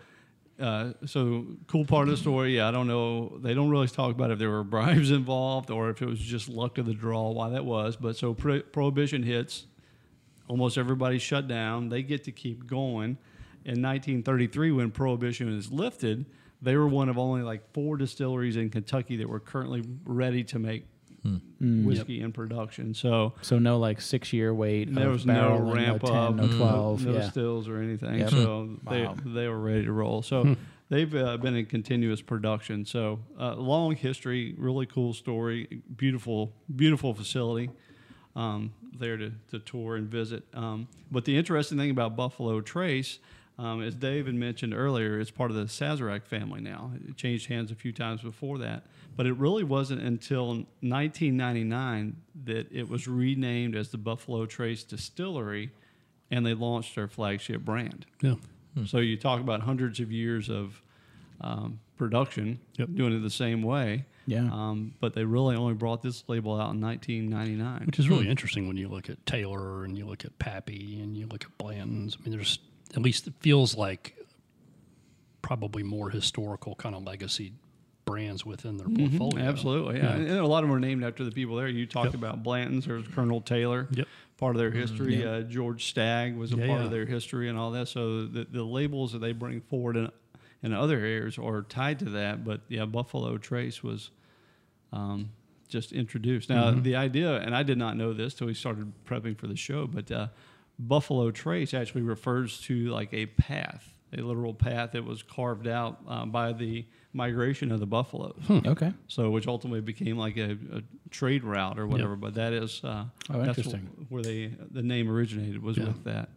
Speaker 3: uh, so cool part of the story. I don't know. They don't really talk about if there were bribes involved or if it was just luck of the draw. Why that was. But so pro- prohibition hits. Almost everybody's shut down. They get to keep going. In 1933, when prohibition is lifted, they were one of only like four distilleries in Kentucky that were currently ready to make
Speaker 5: Hmm.
Speaker 3: whiskey in production. So
Speaker 5: So no like six year wait.
Speaker 3: there
Speaker 5: of
Speaker 3: was
Speaker 5: barrel
Speaker 3: no
Speaker 5: and
Speaker 3: ramp
Speaker 5: no 10,
Speaker 3: up,
Speaker 1: Mm.
Speaker 5: no twelve.
Speaker 3: no
Speaker 5: yeah.
Speaker 3: stills or anything.
Speaker 5: Yep.
Speaker 3: So
Speaker 5: Wow.
Speaker 3: they they were ready to roll. So they've uh, been in continuous production. So uh, long history, really cool story, beautiful beautiful facility um, there to, to tour and visit. Um, but the interesting thing about Buffalo Trace. Um, as David mentioned earlier, it's part of the Sazerac family now. It changed hands a few times before that, but it really wasn't until 1999 that it was renamed as the Buffalo Trace Distillery, and they launched their flagship brand.
Speaker 2: Yeah.
Speaker 3: So you talk about hundreds of years of um, production
Speaker 2: Yep.
Speaker 3: doing it the same way.
Speaker 5: Yeah.
Speaker 3: Um, but they really only brought this label out in 1999.
Speaker 2: Which is really interesting when you look at Taylor and you look at Pappy and you look at Blanton's. I mean, there's at least it feels like probably more historical kind of legacy brands within their portfolio.
Speaker 3: Mm-hmm. Absolutely. Yeah. And a lot of them are named after the people there. You talked about Blanton's, there's Colonel Taylor,
Speaker 2: Yep. Mm-hmm.
Speaker 3: part of their history. Uh, George Stagg was a
Speaker 2: Yeah,
Speaker 3: part
Speaker 2: yeah.
Speaker 3: of their history and all that. So the, the labels that they bring forward in, in other areas are tied to that. But yeah, Buffalo Trace was um, just introduced. Now,
Speaker 2: Mm-hmm.
Speaker 3: the idea, and I did not know this till we started prepping for the show, but uh, Buffalo Trace actually refers to like a path a literal path that was carved out uh, by the migration of the buffaloes.
Speaker 5: Mm. Okay.
Speaker 3: So, which ultimately became like a, a trade route or whatever. But that is uh,
Speaker 5: Oh,
Speaker 3: that's
Speaker 5: interesting.
Speaker 3: wh- where they the name originated was
Speaker 2: Yeah.
Speaker 3: with that.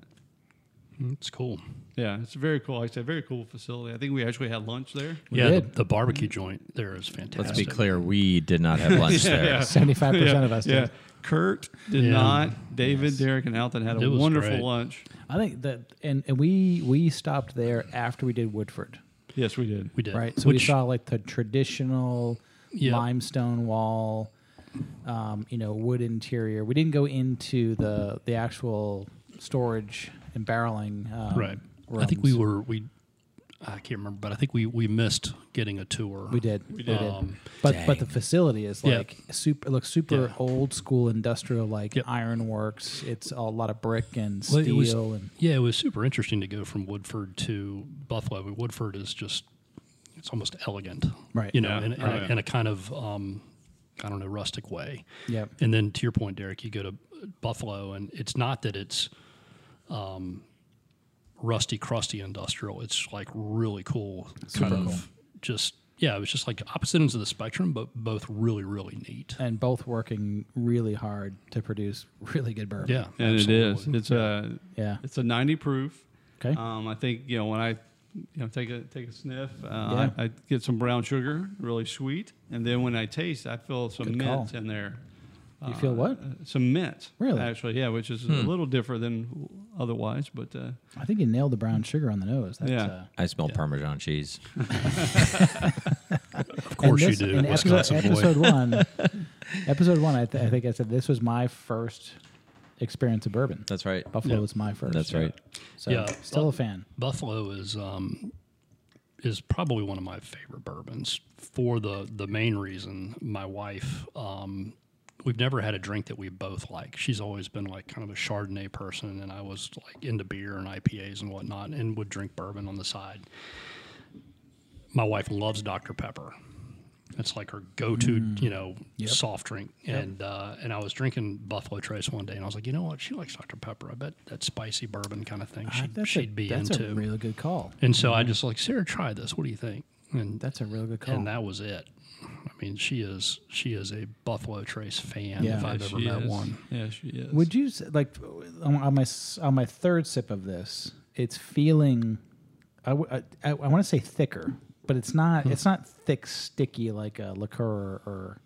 Speaker 2: It's cool.
Speaker 3: Yeah, it's very cool. Like I said, very cool facility. I think we actually had lunch there.
Speaker 5: We
Speaker 2: yeah, the,
Speaker 5: did.
Speaker 2: the barbecue joint there is fantastic.
Speaker 1: Let's be clear, we did not have lunch there.
Speaker 5: Seventy-five percent of us.
Speaker 3: Yeah,
Speaker 5: Did.
Speaker 3: Kurt did
Speaker 2: Yeah.
Speaker 3: not. David, Derek, and Alton had
Speaker 2: It
Speaker 3: a
Speaker 2: was
Speaker 3: wonderful
Speaker 2: great.
Speaker 3: lunch.
Speaker 5: I think that, and, and we we stopped there after we did Woodford,
Speaker 3: Yes, we did.
Speaker 2: We did.
Speaker 5: right? So we saw like the traditional
Speaker 2: Yeah.
Speaker 5: limestone wall, um, you know, wood interior. We didn't go into the the actual storage and barreling. Um,
Speaker 2: right. I think we
Speaker 5: rooms.
Speaker 2: were we. I can't remember, but I think we we missed getting a tour.
Speaker 5: We did. We
Speaker 2: did.
Speaker 5: did.
Speaker 2: Um,
Speaker 5: but but the facility is
Speaker 2: Yeah.
Speaker 5: like super. It looks super
Speaker 2: Yeah.
Speaker 5: old school industrial, like
Speaker 2: Yep.
Speaker 5: ironworks. It's a lot of brick and
Speaker 2: Well,
Speaker 5: steel.
Speaker 2: it was-
Speaker 5: and
Speaker 2: Yeah, it was super interesting to go from Woodford to Buffalo. I mean, Woodford is just, it's almost elegant.
Speaker 5: Right.
Speaker 2: You know,
Speaker 3: Yeah.
Speaker 2: in, in,
Speaker 3: Oh,
Speaker 2: a,
Speaker 3: yeah.
Speaker 2: in a kind of, um, I don't know, rustic way.
Speaker 5: Yep.
Speaker 2: And then to your point, Derek, you go to Buffalo, and it's not that it's um, rusty, crusty industrial. It's like really cool. kind
Speaker 5: Super
Speaker 2: of just, yeah, it was just like opposite ends of the spectrum, but both really, really neat.
Speaker 5: and both working really hard to produce really good bourbon.
Speaker 2: Yeah.
Speaker 3: and it is.
Speaker 2: absolutely.
Speaker 3: It's a
Speaker 5: Yeah.
Speaker 3: it's a ninety proof.
Speaker 5: Okay.
Speaker 3: Um, I think you know when I you know take a take a sniff, uh,
Speaker 5: Yeah.
Speaker 3: I, I get some brown sugar, really sweet, and then when I taste, I feel some
Speaker 5: Good
Speaker 3: mint
Speaker 5: call.
Speaker 3: in there. Uh,
Speaker 5: You feel what?
Speaker 3: Some mint,
Speaker 5: Really?
Speaker 3: Actually, yeah, which is
Speaker 2: Hmm.
Speaker 3: a little different than otherwise, but uh,
Speaker 5: I think you nailed the brown sugar on the nose. That's,
Speaker 3: Yeah.
Speaker 5: Uh,
Speaker 1: I smell Parmesan cheese.
Speaker 2: Of course
Speaker 5: this-
Speaker 2: you do,
Speaker 5: in
Speaker 2: Wisconsin
Speaker 5: episode,
Speaker 2: boy.
Speaker 5: episode one, episode one, I, th- I think I said this was my first experience of bourbon.
Speaker 1: That's right.
Speaker 5: Buffalo was my first.
Speaker 1: That's right.
Speaker 5: So
Speaker 2: Yeah.
Speaker 5: still a fan.
Speaker 2: Buffalo is um, is probably one of my favorite bourbons for the the main reason. My wife, um, we've never had a drink that we both like. She's always been like kind of a Chardonnay person, and I was like into beer and IPAs and whatnot, and would drink bourbon on the side. My wife loves Dr Pepper. It's like her go-to,
Speaker 5: Mm.
Speaker 2: you know, soft drink. And uh, and I was drinking Buffalo Trace one day, and I was like, you know what? She likes Dr Pepper. I bet that spicy bourbon kind of thing
Speaker 5: Ah,
Speaker 2: she'd,
Speaker 5: that's
Speaker 2: she'd
Speaker 5: a,
Speaker 2: be
Speaker 5: that's
Speaker 2: into.
Speaker 5: a really good call.
Speaker 2: And so I just like Sarah, try this. What do you think? And
Speaker 5: That's a really good call.
Speaker 2: and that was it. I mean, she is she is a Buffalo Trace fan.
Speaker 5: Yeah.
Speaker 2: if I've
Speaker 3: yeah,
Speaker 2: ever
Speaker 3: she
Speaker 2: met
Speaker 3: is.
Speaker 2: one,
Speaker 3: Yeah, she is.
Speaker 5: Would you s- like on on my s- on my third sip of this? It's feeling. I, w- I, want to say thicker, but it's not.
Speaker 3: Hmm.
Speaker 5: It's not thick, sticky like a liqueur or, or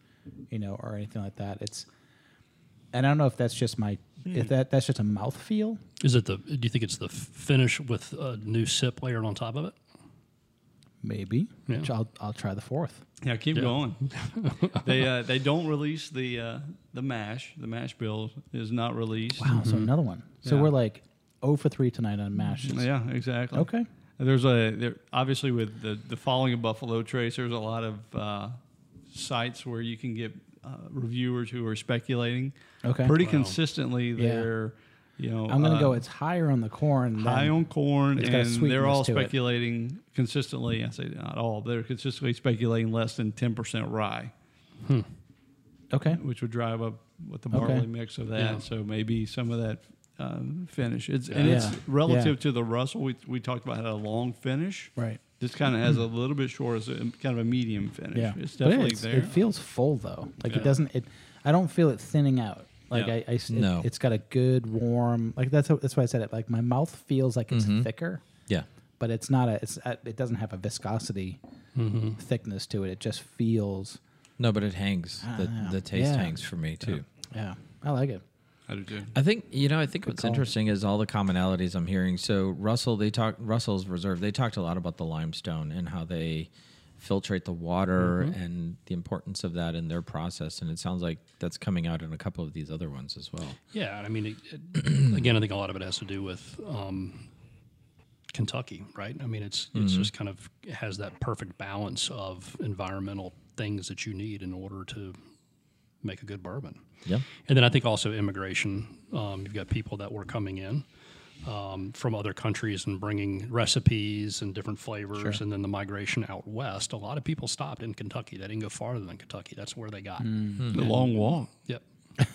Speaker 5: you know or anything like that. It's. And I don't know if that's just my if
Speaker 3: Hmm.
Speaker 5: that that's just a mouth feel.
Speaker 2: is it the? Do you think it's the f- finish with a new sip layered on top of it?
Speaker 5: Maybe
Speaker 2: Yeah.
Speaker 5: Which I'll I'll try the fourth.
Speaker 3: Yeah, keep going. they uh, they don't release the uh, the mash. The mash bill is not released.
Speaker 5: Wow, so another one. So
Speaker 3: Hmm. Yeah. Mm-hmm.
Speaker 5: we're like zero for three tonight on mashes.
Speaker 3: Yeah, exactly.
Speaker 5: Okay.
Speaker 3: There's a there obviously with the the following of Buffalo Trace, there's a lot of uh, sites where you can get uh, reviewers who are speculating.
Speaker 5: Okay.
Speaker 3: Pretty
Speaker 2: Wow.
Speaker 3: consistently, they're you know
Speaker 5: I'm gonna
Speaker 3: uh,
Speaker 5: go. It's higher on the corn. Than,
Speaker 3: high on corn,
Speaker 5: It's got a
Speaker 3: and they're all
Speaker 5: sweetness to it.
Speaker 3: speculating consistently. I say not all, they're consistently speculating less than ten percent rye.
Speaker 5: Okay.
Speaker 3: which would drive up with the
Speaker 5: Okay.
Speaker 3: barley mix of that.
Speaker 2: Yeah.
Speaker 3: So maybe some of that um, finish. It's
Speaker 2: Yeah.
Speaker 3: and it's
Speaker 5: Yeah.
Speaker 3: relative
Speaker 5: Yeah.
Speaker 3: to the Russell. We we talked about had a long finish.
Speaker 5: Right.
Speaker 3: This kind of has a little bit short, as a, kind of a medium finish.
Speaker 5: Yeah,
Speaker 3: It's
Speaker 5: But
Speaker 3: definitely
Speaker 5: it's-
Speaker 3: there.
Speaker 5: It feels full though. Like
Speaker 3: Yeah.
Speaker 5: it doesn't. It. I don't feel it thinning out. Like
Speaker 3: Yeah.
Speaker 5: I. I s- it-
Speaker 1: No.
Speaker 5: It's got a good warm. Like that's how, that's why I said it. Like my mouth feels like it's thicker,
Speaker 1: Yeah.
Speaker 5: but it's not a. It's uh, it doesn't have a viscosity thickness to it. It just feels.
Speaker 1: No, but it hangs. The,
Speaker 5: Ah,
Speaker 1: the taste
Speaker 5: yeah.
Speaker 1: hangs for me too.
Speaker 5: Yeah, I like it.
Speaker 3: I do too.
Speaker 1: I think you know. I think what's
Speaker 5: call.
Speaker 1: interesting is all the commonalities I'm hearing. So Russell, they talk Russell's Reserve. They talked a lot about the limestone and how they filtrate the water
Speaker 5: Mm-hmm.
Speaker 1: and the importance of that in their process. And it sounds like that's coming out in a couple of these other ones as well.
Speaker 2: Yeah, I mean, it, it, again, I think a lot of it has to do with um, Kentucky, right? I mean, it's it's just kind of has that perfect balance of environmental things that you need in order to make a good bourbon.
Speaker 1: Yeah.
Speaker 2: And then I think also immigration. Um, you've got people that were coming in um, from other countries and bringing recipes and different flavors. And then the migration out west. A lot of people stopped in Kentucky. They didn't go
Speaker 5: Mm.
Speaker 2: farther than Kentucky. That's where they got.
Speaker 3: The long walk.
Speaker 2: Yep.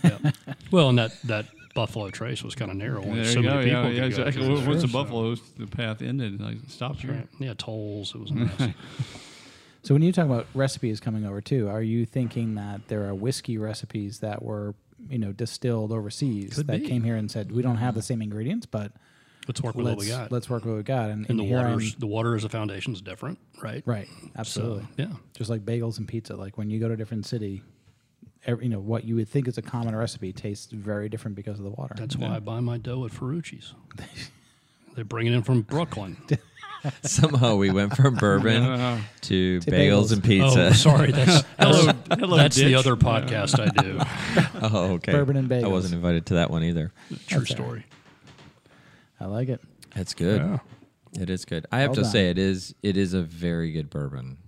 Speaker 2: yep. well, and that that Buffalo Trace was kind of narrow, and
Speaker 3: There
Speaker 2: so
Speaker 3: you
Speaker 2: many
Speaker 3: go.
Speaker 2: people.
Speaker 3: Yeah,
Speaker 2: could
Speaker 3: yeah,
Speaker 2: go
Speaker 3: exactly.
Speaker 2: through
Speaker 3: Once
Speaker 2: there,
Speaker 3: the
Speaker 2: so-
Speaker 3: Buffalo, the path ended. Like, stop here.
Speaker 2: Right. Yeah, tolls. It was a mess.
Speaker 5: So when you talk about recipes coming over too, are you thinking that there are whiskey recipes that were you know distilled overseas
Speaker 2: Could
Speaker 5: that
Speaker 2: be.
Speaker 5: came here and said we don't have the same ingredients, but
Speaker 2: let's work with
Speaker 5: let's
Speaker 2: what we got.
Speaker 5: let's work with what we got and,
Speaker 2: and the
Speaker 5: and here
Speaker 2: waters,
Speaker 5: on-
Speaker 2: the water as a foundation is different, right?
Speaker 5: right?
Speaker 2: So,
Speaker 5: Absolutely.
Speaker 2: yeah.
Speaker 5: Just like bagels and pizza, like when you go to a different city, every, you know what you would think is a common recipe tastes very different because of the water.
Speaker 2: That's why I buy my dough at Ferrucci's. they bring it in from Brooklyn.
Speaker 1: Somehow we went from bourbon to,
Speaker 5: To
Speaker 1: bagels,
Speaker 5: bagels.
Speaker 1: and pizza.
Speaker 2: Oh, sorry. That's,
Speaker 3: Hello,
Speaker 2: that's-
Speaker 3: hello,
Speaker 2: that's the
Speaker 3: ditch.
Speaker 2: other podcast I do.
Speaker 1: Oh, okay.
Speaker 5: Bourbon and
Speaker 1: I wasn't
Speaker 5: bagels.
Speaker 1: invited to that one either.
Speaker 2: True
Speaker 5: That's all
Speaker 2: story.
Speaker 5: I like it.
Speaker 1: That's good. It is good. I have
Speaker 5: Well
Speaker 1: to
Speaker 5: done.
Speaker 1: say, it is it is a very good bourbon.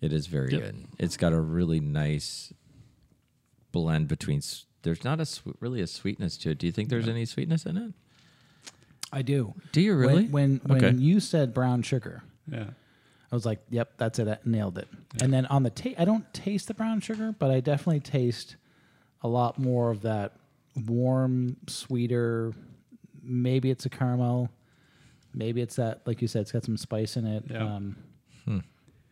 Speaker 1: It is very
Speaker 2: Yep.
Speaker 1: good. It's got a really nice blend between. s- There's not a sw- really a sweetness to it. Do you think there's any sweetness in it?
Speaker 5: I do.
Speaker 1: Do you
Speaker 5: When-
Speaker 1: really?
Speaker 5: When when,
Speaker 1: Okay.
Speaker 5: you said brown sugar,
Speaker 3: Yeah.
Speaker 5: I was like, "Yep, that's it. I nailed it." And then on the taste, I don't taste the brown sugar, but I definitely taste a lot more of that warm, sweeter. Maybe it's a caramel. Maybe it's that, like you said, it's got some spice in it.
Speaker 3: Yeah.
Speaker 5: Um,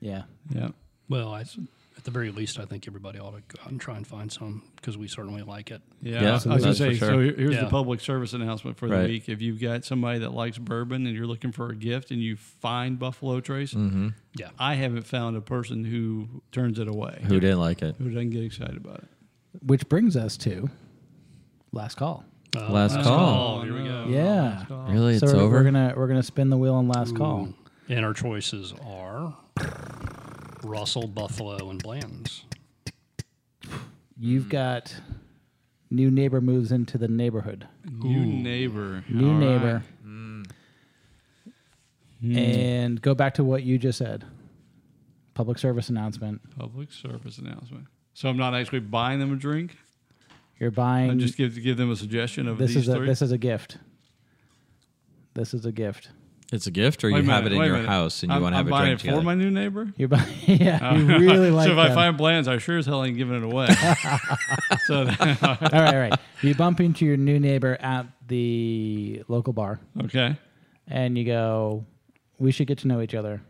Speaker 5: Yeah.
Speaker 3: Yeah.
Speaker 2: Well, I, at the very least, I think everybody ought to go out and try and find some because we certainly like it.
Speaker 1: Yeah,
Speaker 3: Yeah, I- I was gonna
Speaker 1: that's
Speaker 3: say.
Speaker 1: for
Speaker 3: So
Speaker 1: sure.
Speaker 3: here- here's
Speaker 2: Yeah.
Speaker 3: the public service announcement for
Speaker 1: Right.
Speaker 3: the week. If you've got somebody that likes bourbon and you're looking for a gift, and you find Buffalo Trace,
Speaker 1: Mm. Mm-hmm.
Speaker 2: Yeah.
Speaker 3: I haven't found a person who turns it away,
Speaker 1: Who didn't like it?
Speaker 3: who doesn't get excited about it.
Speaker 5: Which brings us to last call.
Speaker 2: Uh,
Speaker 1: Last call.
Speaker 2: Oh, here we go.
Speaker 5: yeah.
Speaker 1: Really,
Speaker 5: so
Speaker 1: it's
Speaker 5: Oh, we're,
Speaker 1: over.
Speaker 5: we're gonna we're gonna spin the wheel on last call.
Speaker 2: Ooh. And our choices are Russell, Buffalo, and Bland's.
Speaker 5: You've got new neighbor moves into the neighborhood.
Speaker 3: New neighbor.
Speaker 5: New
Speaker 3: All right.
Speaker 5: neighbor. And go back to what you just said. Public service announcement.
Speaker 3: Public service announcement. So I'm not actually buying them a drink.
Speaker 5: You're
Speaker 3: I
Speaker 5: buying
Speaker 3: just give give them a suggestion of
Speaker 5: this
Speaker 3: these
Speaker 5: is a
Speaker 3: three.
Speaker 5: this is a gift. This is a gift.
Speaker 1: It's a gift, or
Speaker 3: Wait
Speaker 1: you
Speaker 3: a
Speaker 1: have it
Speaker 3: minute,
Speaker 1: in
Speaker 3: wait a
Speaker 1: your
Speaker 3: minute.
Speaker 1: house and you
Speaker 3: I'm-
Speaker 1: want to have
Speaker 3: I'm
Speaker 1: a
Speaker 3: buying
Speaker 1: drink
Speaker 3: it for
Speaker 1: together.
Speaker 3: my new neighbor.
Speaker 5: You're buying yeah, you really like
Speaker 3: Oh. so if I
Speaker 5: them.
Speaker 3: find plans, I sure as hell ain't giving it away. so
Speaker 5: all right, all right. You bump into your new neighbor at the local bar
Speaker 3: okay,
Speaker 5: and you go, We should get to know each other.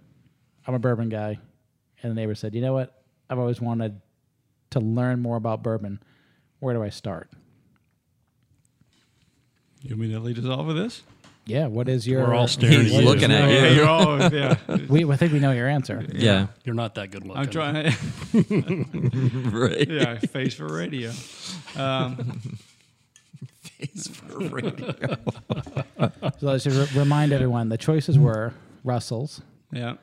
Speaker 5: I'm a bourbon guy. And the neighbor said, You know what? I've always wanted to learn more about bourbon. Where do I start?
Speaker 3: you want me to lead us off with this?
Speaker 5: Yeah, what is your?
Speaker 2: We're all staring
Speaker 1: He's looking at you.
Speaker 3: Yeah, you're all, yeah.
Speaker 5: We, I think we know your answer.
Speaker 1: yeah,
Speaker 2: You're not that good looking.
Speaker 3: I'm trying to.
Speaker 1: right.
Speaker 3: Yeah, face for radio. Um,
Speaker 1: It's for radio.
Speaker 5: So let's just re- remind everyone: the choices were Russell's,
Speaker 3: yeah,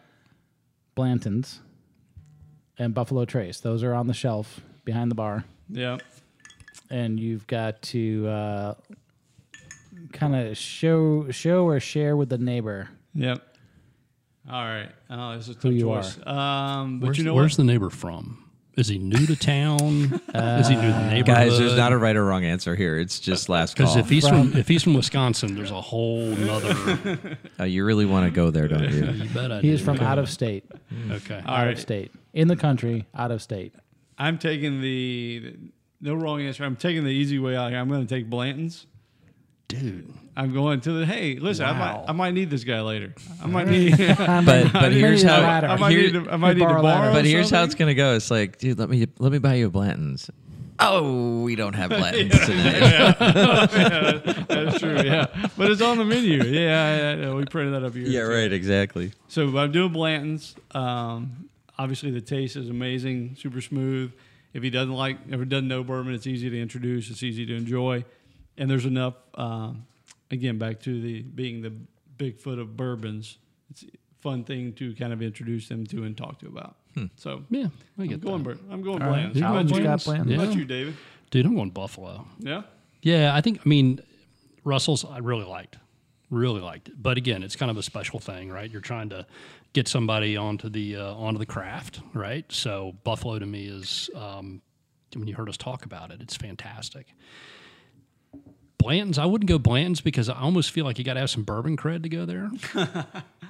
Speaker 5: Blanton's, and Buffalo Trace. Those are on the shelf behind the bar,
Speaker 3: yeah.
Speaker 5: and you've got to uh, kind of show, show or share with the neighbor.
Speaker 3: Yep. All right. Oh, this is a tough
Speaker 5: Who you
Speaker 3: choice. Um, but
Speaker 2: Where's,
Speaker 3: you know
Speaker 2: where's
Speaker 3: what?
Speaker 2: the neighbor from? Is he new to town? Is he new to the neighborhood?
Speaker 1: Guys, there's not a right or wrong answer here. It's just last
Speaker 2: because
Speaker 1: call.
Speaker 2: if he's
Speaker 5: From-
Speaker 2: from if he's from Wisconsin, there's a whole nother.
Speaker 1: Uh, you really want to go there, don't you?
Speaker 2: you bet I
Speaker 5: He
Speaker 2: do.
Speaker 5: is from out of state,
Speaker 2: Okay.
Speaker 5: out
Speaker 3: right.
Speaker 5: of state, in the country, out of state.
Speaker 3: I'm taking the no wrong answer. I'm taking the easy way out here. I'm going to take Blanton's.
Speaker 2: dude.
Speaker 3: I'm going to the hey. Listen, I
Speaker 2: Wow.
Speaker 3: might I might need this guy later. I might need. I
Speaker 1: but but
Speaker 5: maybe
Speaker 1: here's
Speaker 5: the
Speaker 1: how.
Speaker 5: latter. I
Speaker 3: might
Speaker 1: here-
Speaker 3: need. To, Oh, I might need to borrow.
Speaker 5: borrow a ladder.
Speaker 1: but here's how
Speaker 3: something.
Speaker 1: it's gonna go. It's like, dude, let me let me buy you a Blanton's. Oh, we don't have Blanton's tonight.
Speaker 3: That's true. Yeah, but it's on the menu. Yeah, yeah, yeah. we printed that up here.
Speaker 1: Yeah,
Speaker 3: too.
Speaker 1: right. Exactly.
Speaker 3: So I'm doing Blanton's. Um, obviously, the taste is amazing, super smooth. If he doesn't like, if he doesn't know bourbon, it's easy to introduce. It's easy to enjoy, and there's enough. Um, again, back to the being the Bigfoot of bourbons. It's a fun thing to kind of introduce them to and talk to about. So
Speaker 2: Yeah, Hmm. I
Speaker 3: I'm
Speaker 2: get
Speaker 3: going,
Speaker 2: that.
Speaker 3: bur- I'm going
Speaker 5: All right.
Speaker 3: Blanton's. How
Speaker 5: Alan's
Speaker 3: about you?
Speaker 5: got Blanton's.
Speaker 3: How about
Speaker 2: Yeah.
Speaker 3: you, David?
Speaker 2: Dude, I'm going Buffalo.
Speaker 3: Yeah.
Speaker 2: Yeah, I think. I mean, Russell's. I really liked, really liked it. But again, it's kind of a special thing, right? You're trying to get somebody onto the uh, onto the craft, right? So Buffalo to me is. Um, when you heard us talk about it, it's fantastic. Blanton's, I wouldn't go Blanton's because I almost feel like you got to have some bourbon cred to go there. you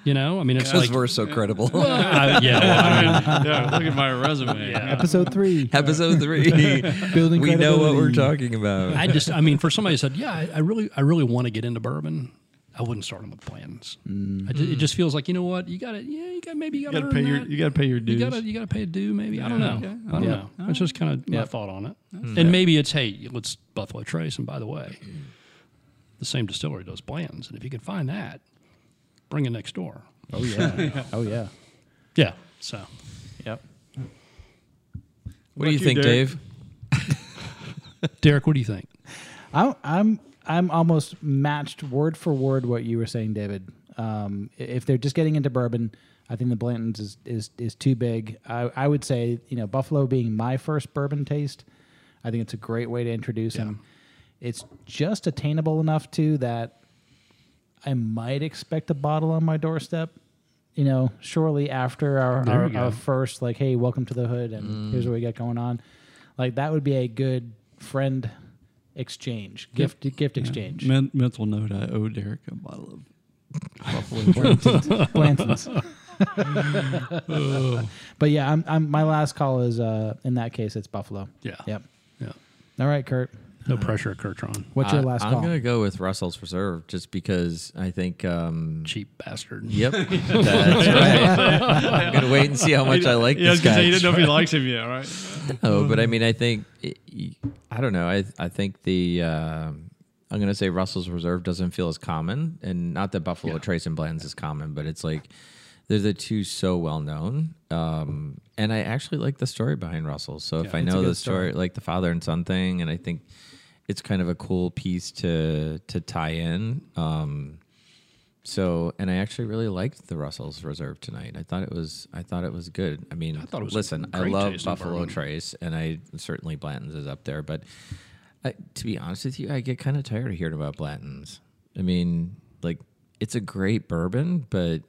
Speaker 2: You know, I mean, it's
Speaker 1: Because
Speaker 2: like
Speaker 1: we're so credible.
Speaker 2: Uh, yeah, well, I mean,
Speaker 3: yeah, look at my resume.
Speaker 2: yeah.
Speaker 5: Episode three,
Speaker 1: Episode three.
Speaker 5: building.
Speaker 1: we know what we're
Speaker 5: credibility.
Speaker 1: talking about.
Speaker 2: I just, I mean, for somebody who said, yeah, I, I really, I really want to get into bourbon. I wouldn't start them with plans. I ju- it just feels like you know what you got to yeah you got maybe you got to
Speaker 3: You gotta pay your you gotta pay your dues.
Speaker 2: You gotta you gotta pay a due maybe. I don't know. I don't
Speaker 5: Yeah.
Speaker 2: know. That's just kind of my
Speaker 5: Yeah.
Speaker 2: thought on it.
Speaker 3: Mm.
Speaker 2: And maybe it's hey, let's Buffalo Trace. And by the way, the same distillery does blends, and if you can find that, bring it next door.
Speaker 5: Oh yeah. oh yeah.
Speaker 2: Yeah. So
Speaker 5: Yep.
Speaker 1: what do you
Speaker 3: Fuck
Speaker 1: think,
Speaker 3: you, Derek.
Speaker 1: Dave?
Speaker 2: Derek, what do you think?
Speaker 5: I'm I'm I'm almost matched word for word what you were saying, David. Um, i- if they're just getting into bourbon, I think the Blantons is is, is too big. I, I would say you know Buffalo being my first bourbon taste, I think it's a great way to introduce him. It's just attainable enough too that I might expect a bottle on my doorstep. You know, shortly after our,
Speaker 2: There we
Speaker 5: our,
Speaker 2: go.
Speaker 5: our first, like, hey, welcome to the hood, and
Speaker 1: Mm.
Speaker 5: here's what we got going on. Like that would be a good friend exchange, gift gift exchange.
Speaker 3: Men- mental note: I owe Derek a bottle of
Speaker 5: Blanton's. but yeah, I'm, I'm my last call is uh in that case it's Buffalo.
Speaker 2: Yeah.
Speaker 5: Yep.
Speaker 2: Yeah.
Speaker 5: All right, Kurt.
Speaker 3: Uh-huh.
Speaker 2: No pressure, Kurtron.
Speaker 5: What's your
Speaker 1: Uh,
Speaker 5: last
Speaker 1: I'm
Speaker 5: call?
Speaker 1: gonna go with Russell's Reserve just because I think. Um,
Speaker 2: Cheap bastard.
Speaker 1: yep, that's right. I'm gonna wait and see how much I like
Speaker 3: Yeah, I was
Speaker 1: this
Speaker 3: gonna say
Speaker 1: guy.
Speaker 3: you didn't know if he likes him yet, right?
Speaker 1: Oh, but I
Speaker 5: Mm-hmm.
Speaker 1: mean, I think I don't know. I I think the um I'm going to say Russell's Reserve doesn't feel as common, and not that Buffalo Trace and Blends is common, but it's like they're the two so well known. Um, and I actually like the story behind Russell's. So if I
Speaker 5: it's a
Speaker 1: know
Speaker 5: good
Speaker 1: the story, like the father and son thing, and I think it's kind of a cool piece to to tie in. Um, so, and I actually really liked the Russell's Reserve tonight. I thought it was, I thought it was good. I mean,
Speaker 2: thought it was
Speaker 1: listen, I
Speaker 2: great
Speaker 1: love
Speaker 2: taste in
Speaker 1: Buffalo
Speaker 2: bourbon.
Speaker 1: Trace, and I certainly Blanton's is up there. But I, to be honest with you, I get kind of tired of hearing about Blanton's. I mean, like it's a great bourbon, but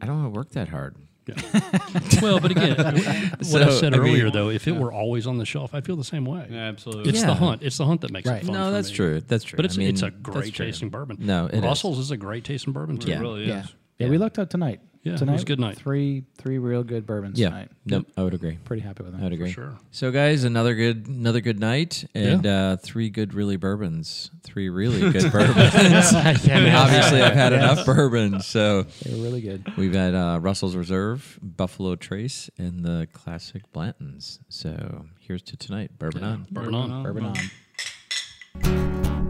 Speaker 1: I don't want to work that hard.
Speaker 2: well, but again, what I
Speaker 1: So,
Speaker 2: said
Speaker 1: I mean-
Speaker 2: earlier though, if it were always on the shelf, I'd feel the same way.
Speaker 3: absolutely.
Speaker 2: It's
Speaker 1: Yeah.
Speaker 2: the hunt. It's the hunt that makes
Speaker 5: Right.
Speaker 2: it fun.
Speaker 1: no,
Speaker 2: for
Speaker 1: that's
Speaker 2: me.
Speaker 1: true. That's true.
Speaker 2: But it's
Speaker 1: I mean,
Speaker 2: it's a
Speaker 1: that's
Speaker 2: great
Speaker 1: true.
Speaker 2: tasting bourbon.
Speaker 1: No, it is.
Speaker 2: Russell's is. a great tasting bourbon too.
Speaker 1: Yeah.
Speaker 3: really
Speaker 5: yeah.
Speaker 3: is.
Speaker 5: yeah, we lucked out tonight.
Speaker 2: Yeah, it was
Speaker 5: tonight
Speaker 2: a good night.
Speaker 5: Three three real good bourbons
Speaker 1: Yeah,
Speaker 5: tonight.
Speaker 1: no, I would agree.
Speaker 5: Pretty happy with
Speaker 1: I would
Speaker 5: them.
Speaker 1: agree.
Speaker 2: sure.
Speaker 1: So, guys, another good, another good night, and uh, three good, really bourbons. Three really good bourbons. And obviously, I've had enough bourbon, so
Speaker 5: They were really good.
Speaker 1: we've had uh, Russell's Reserve, Buffalo Trace, and the classic Blantons. So, here's to tonight, bourbon on.
Speaker 2: Bourbon on.
Speaker 5: Bourbon on.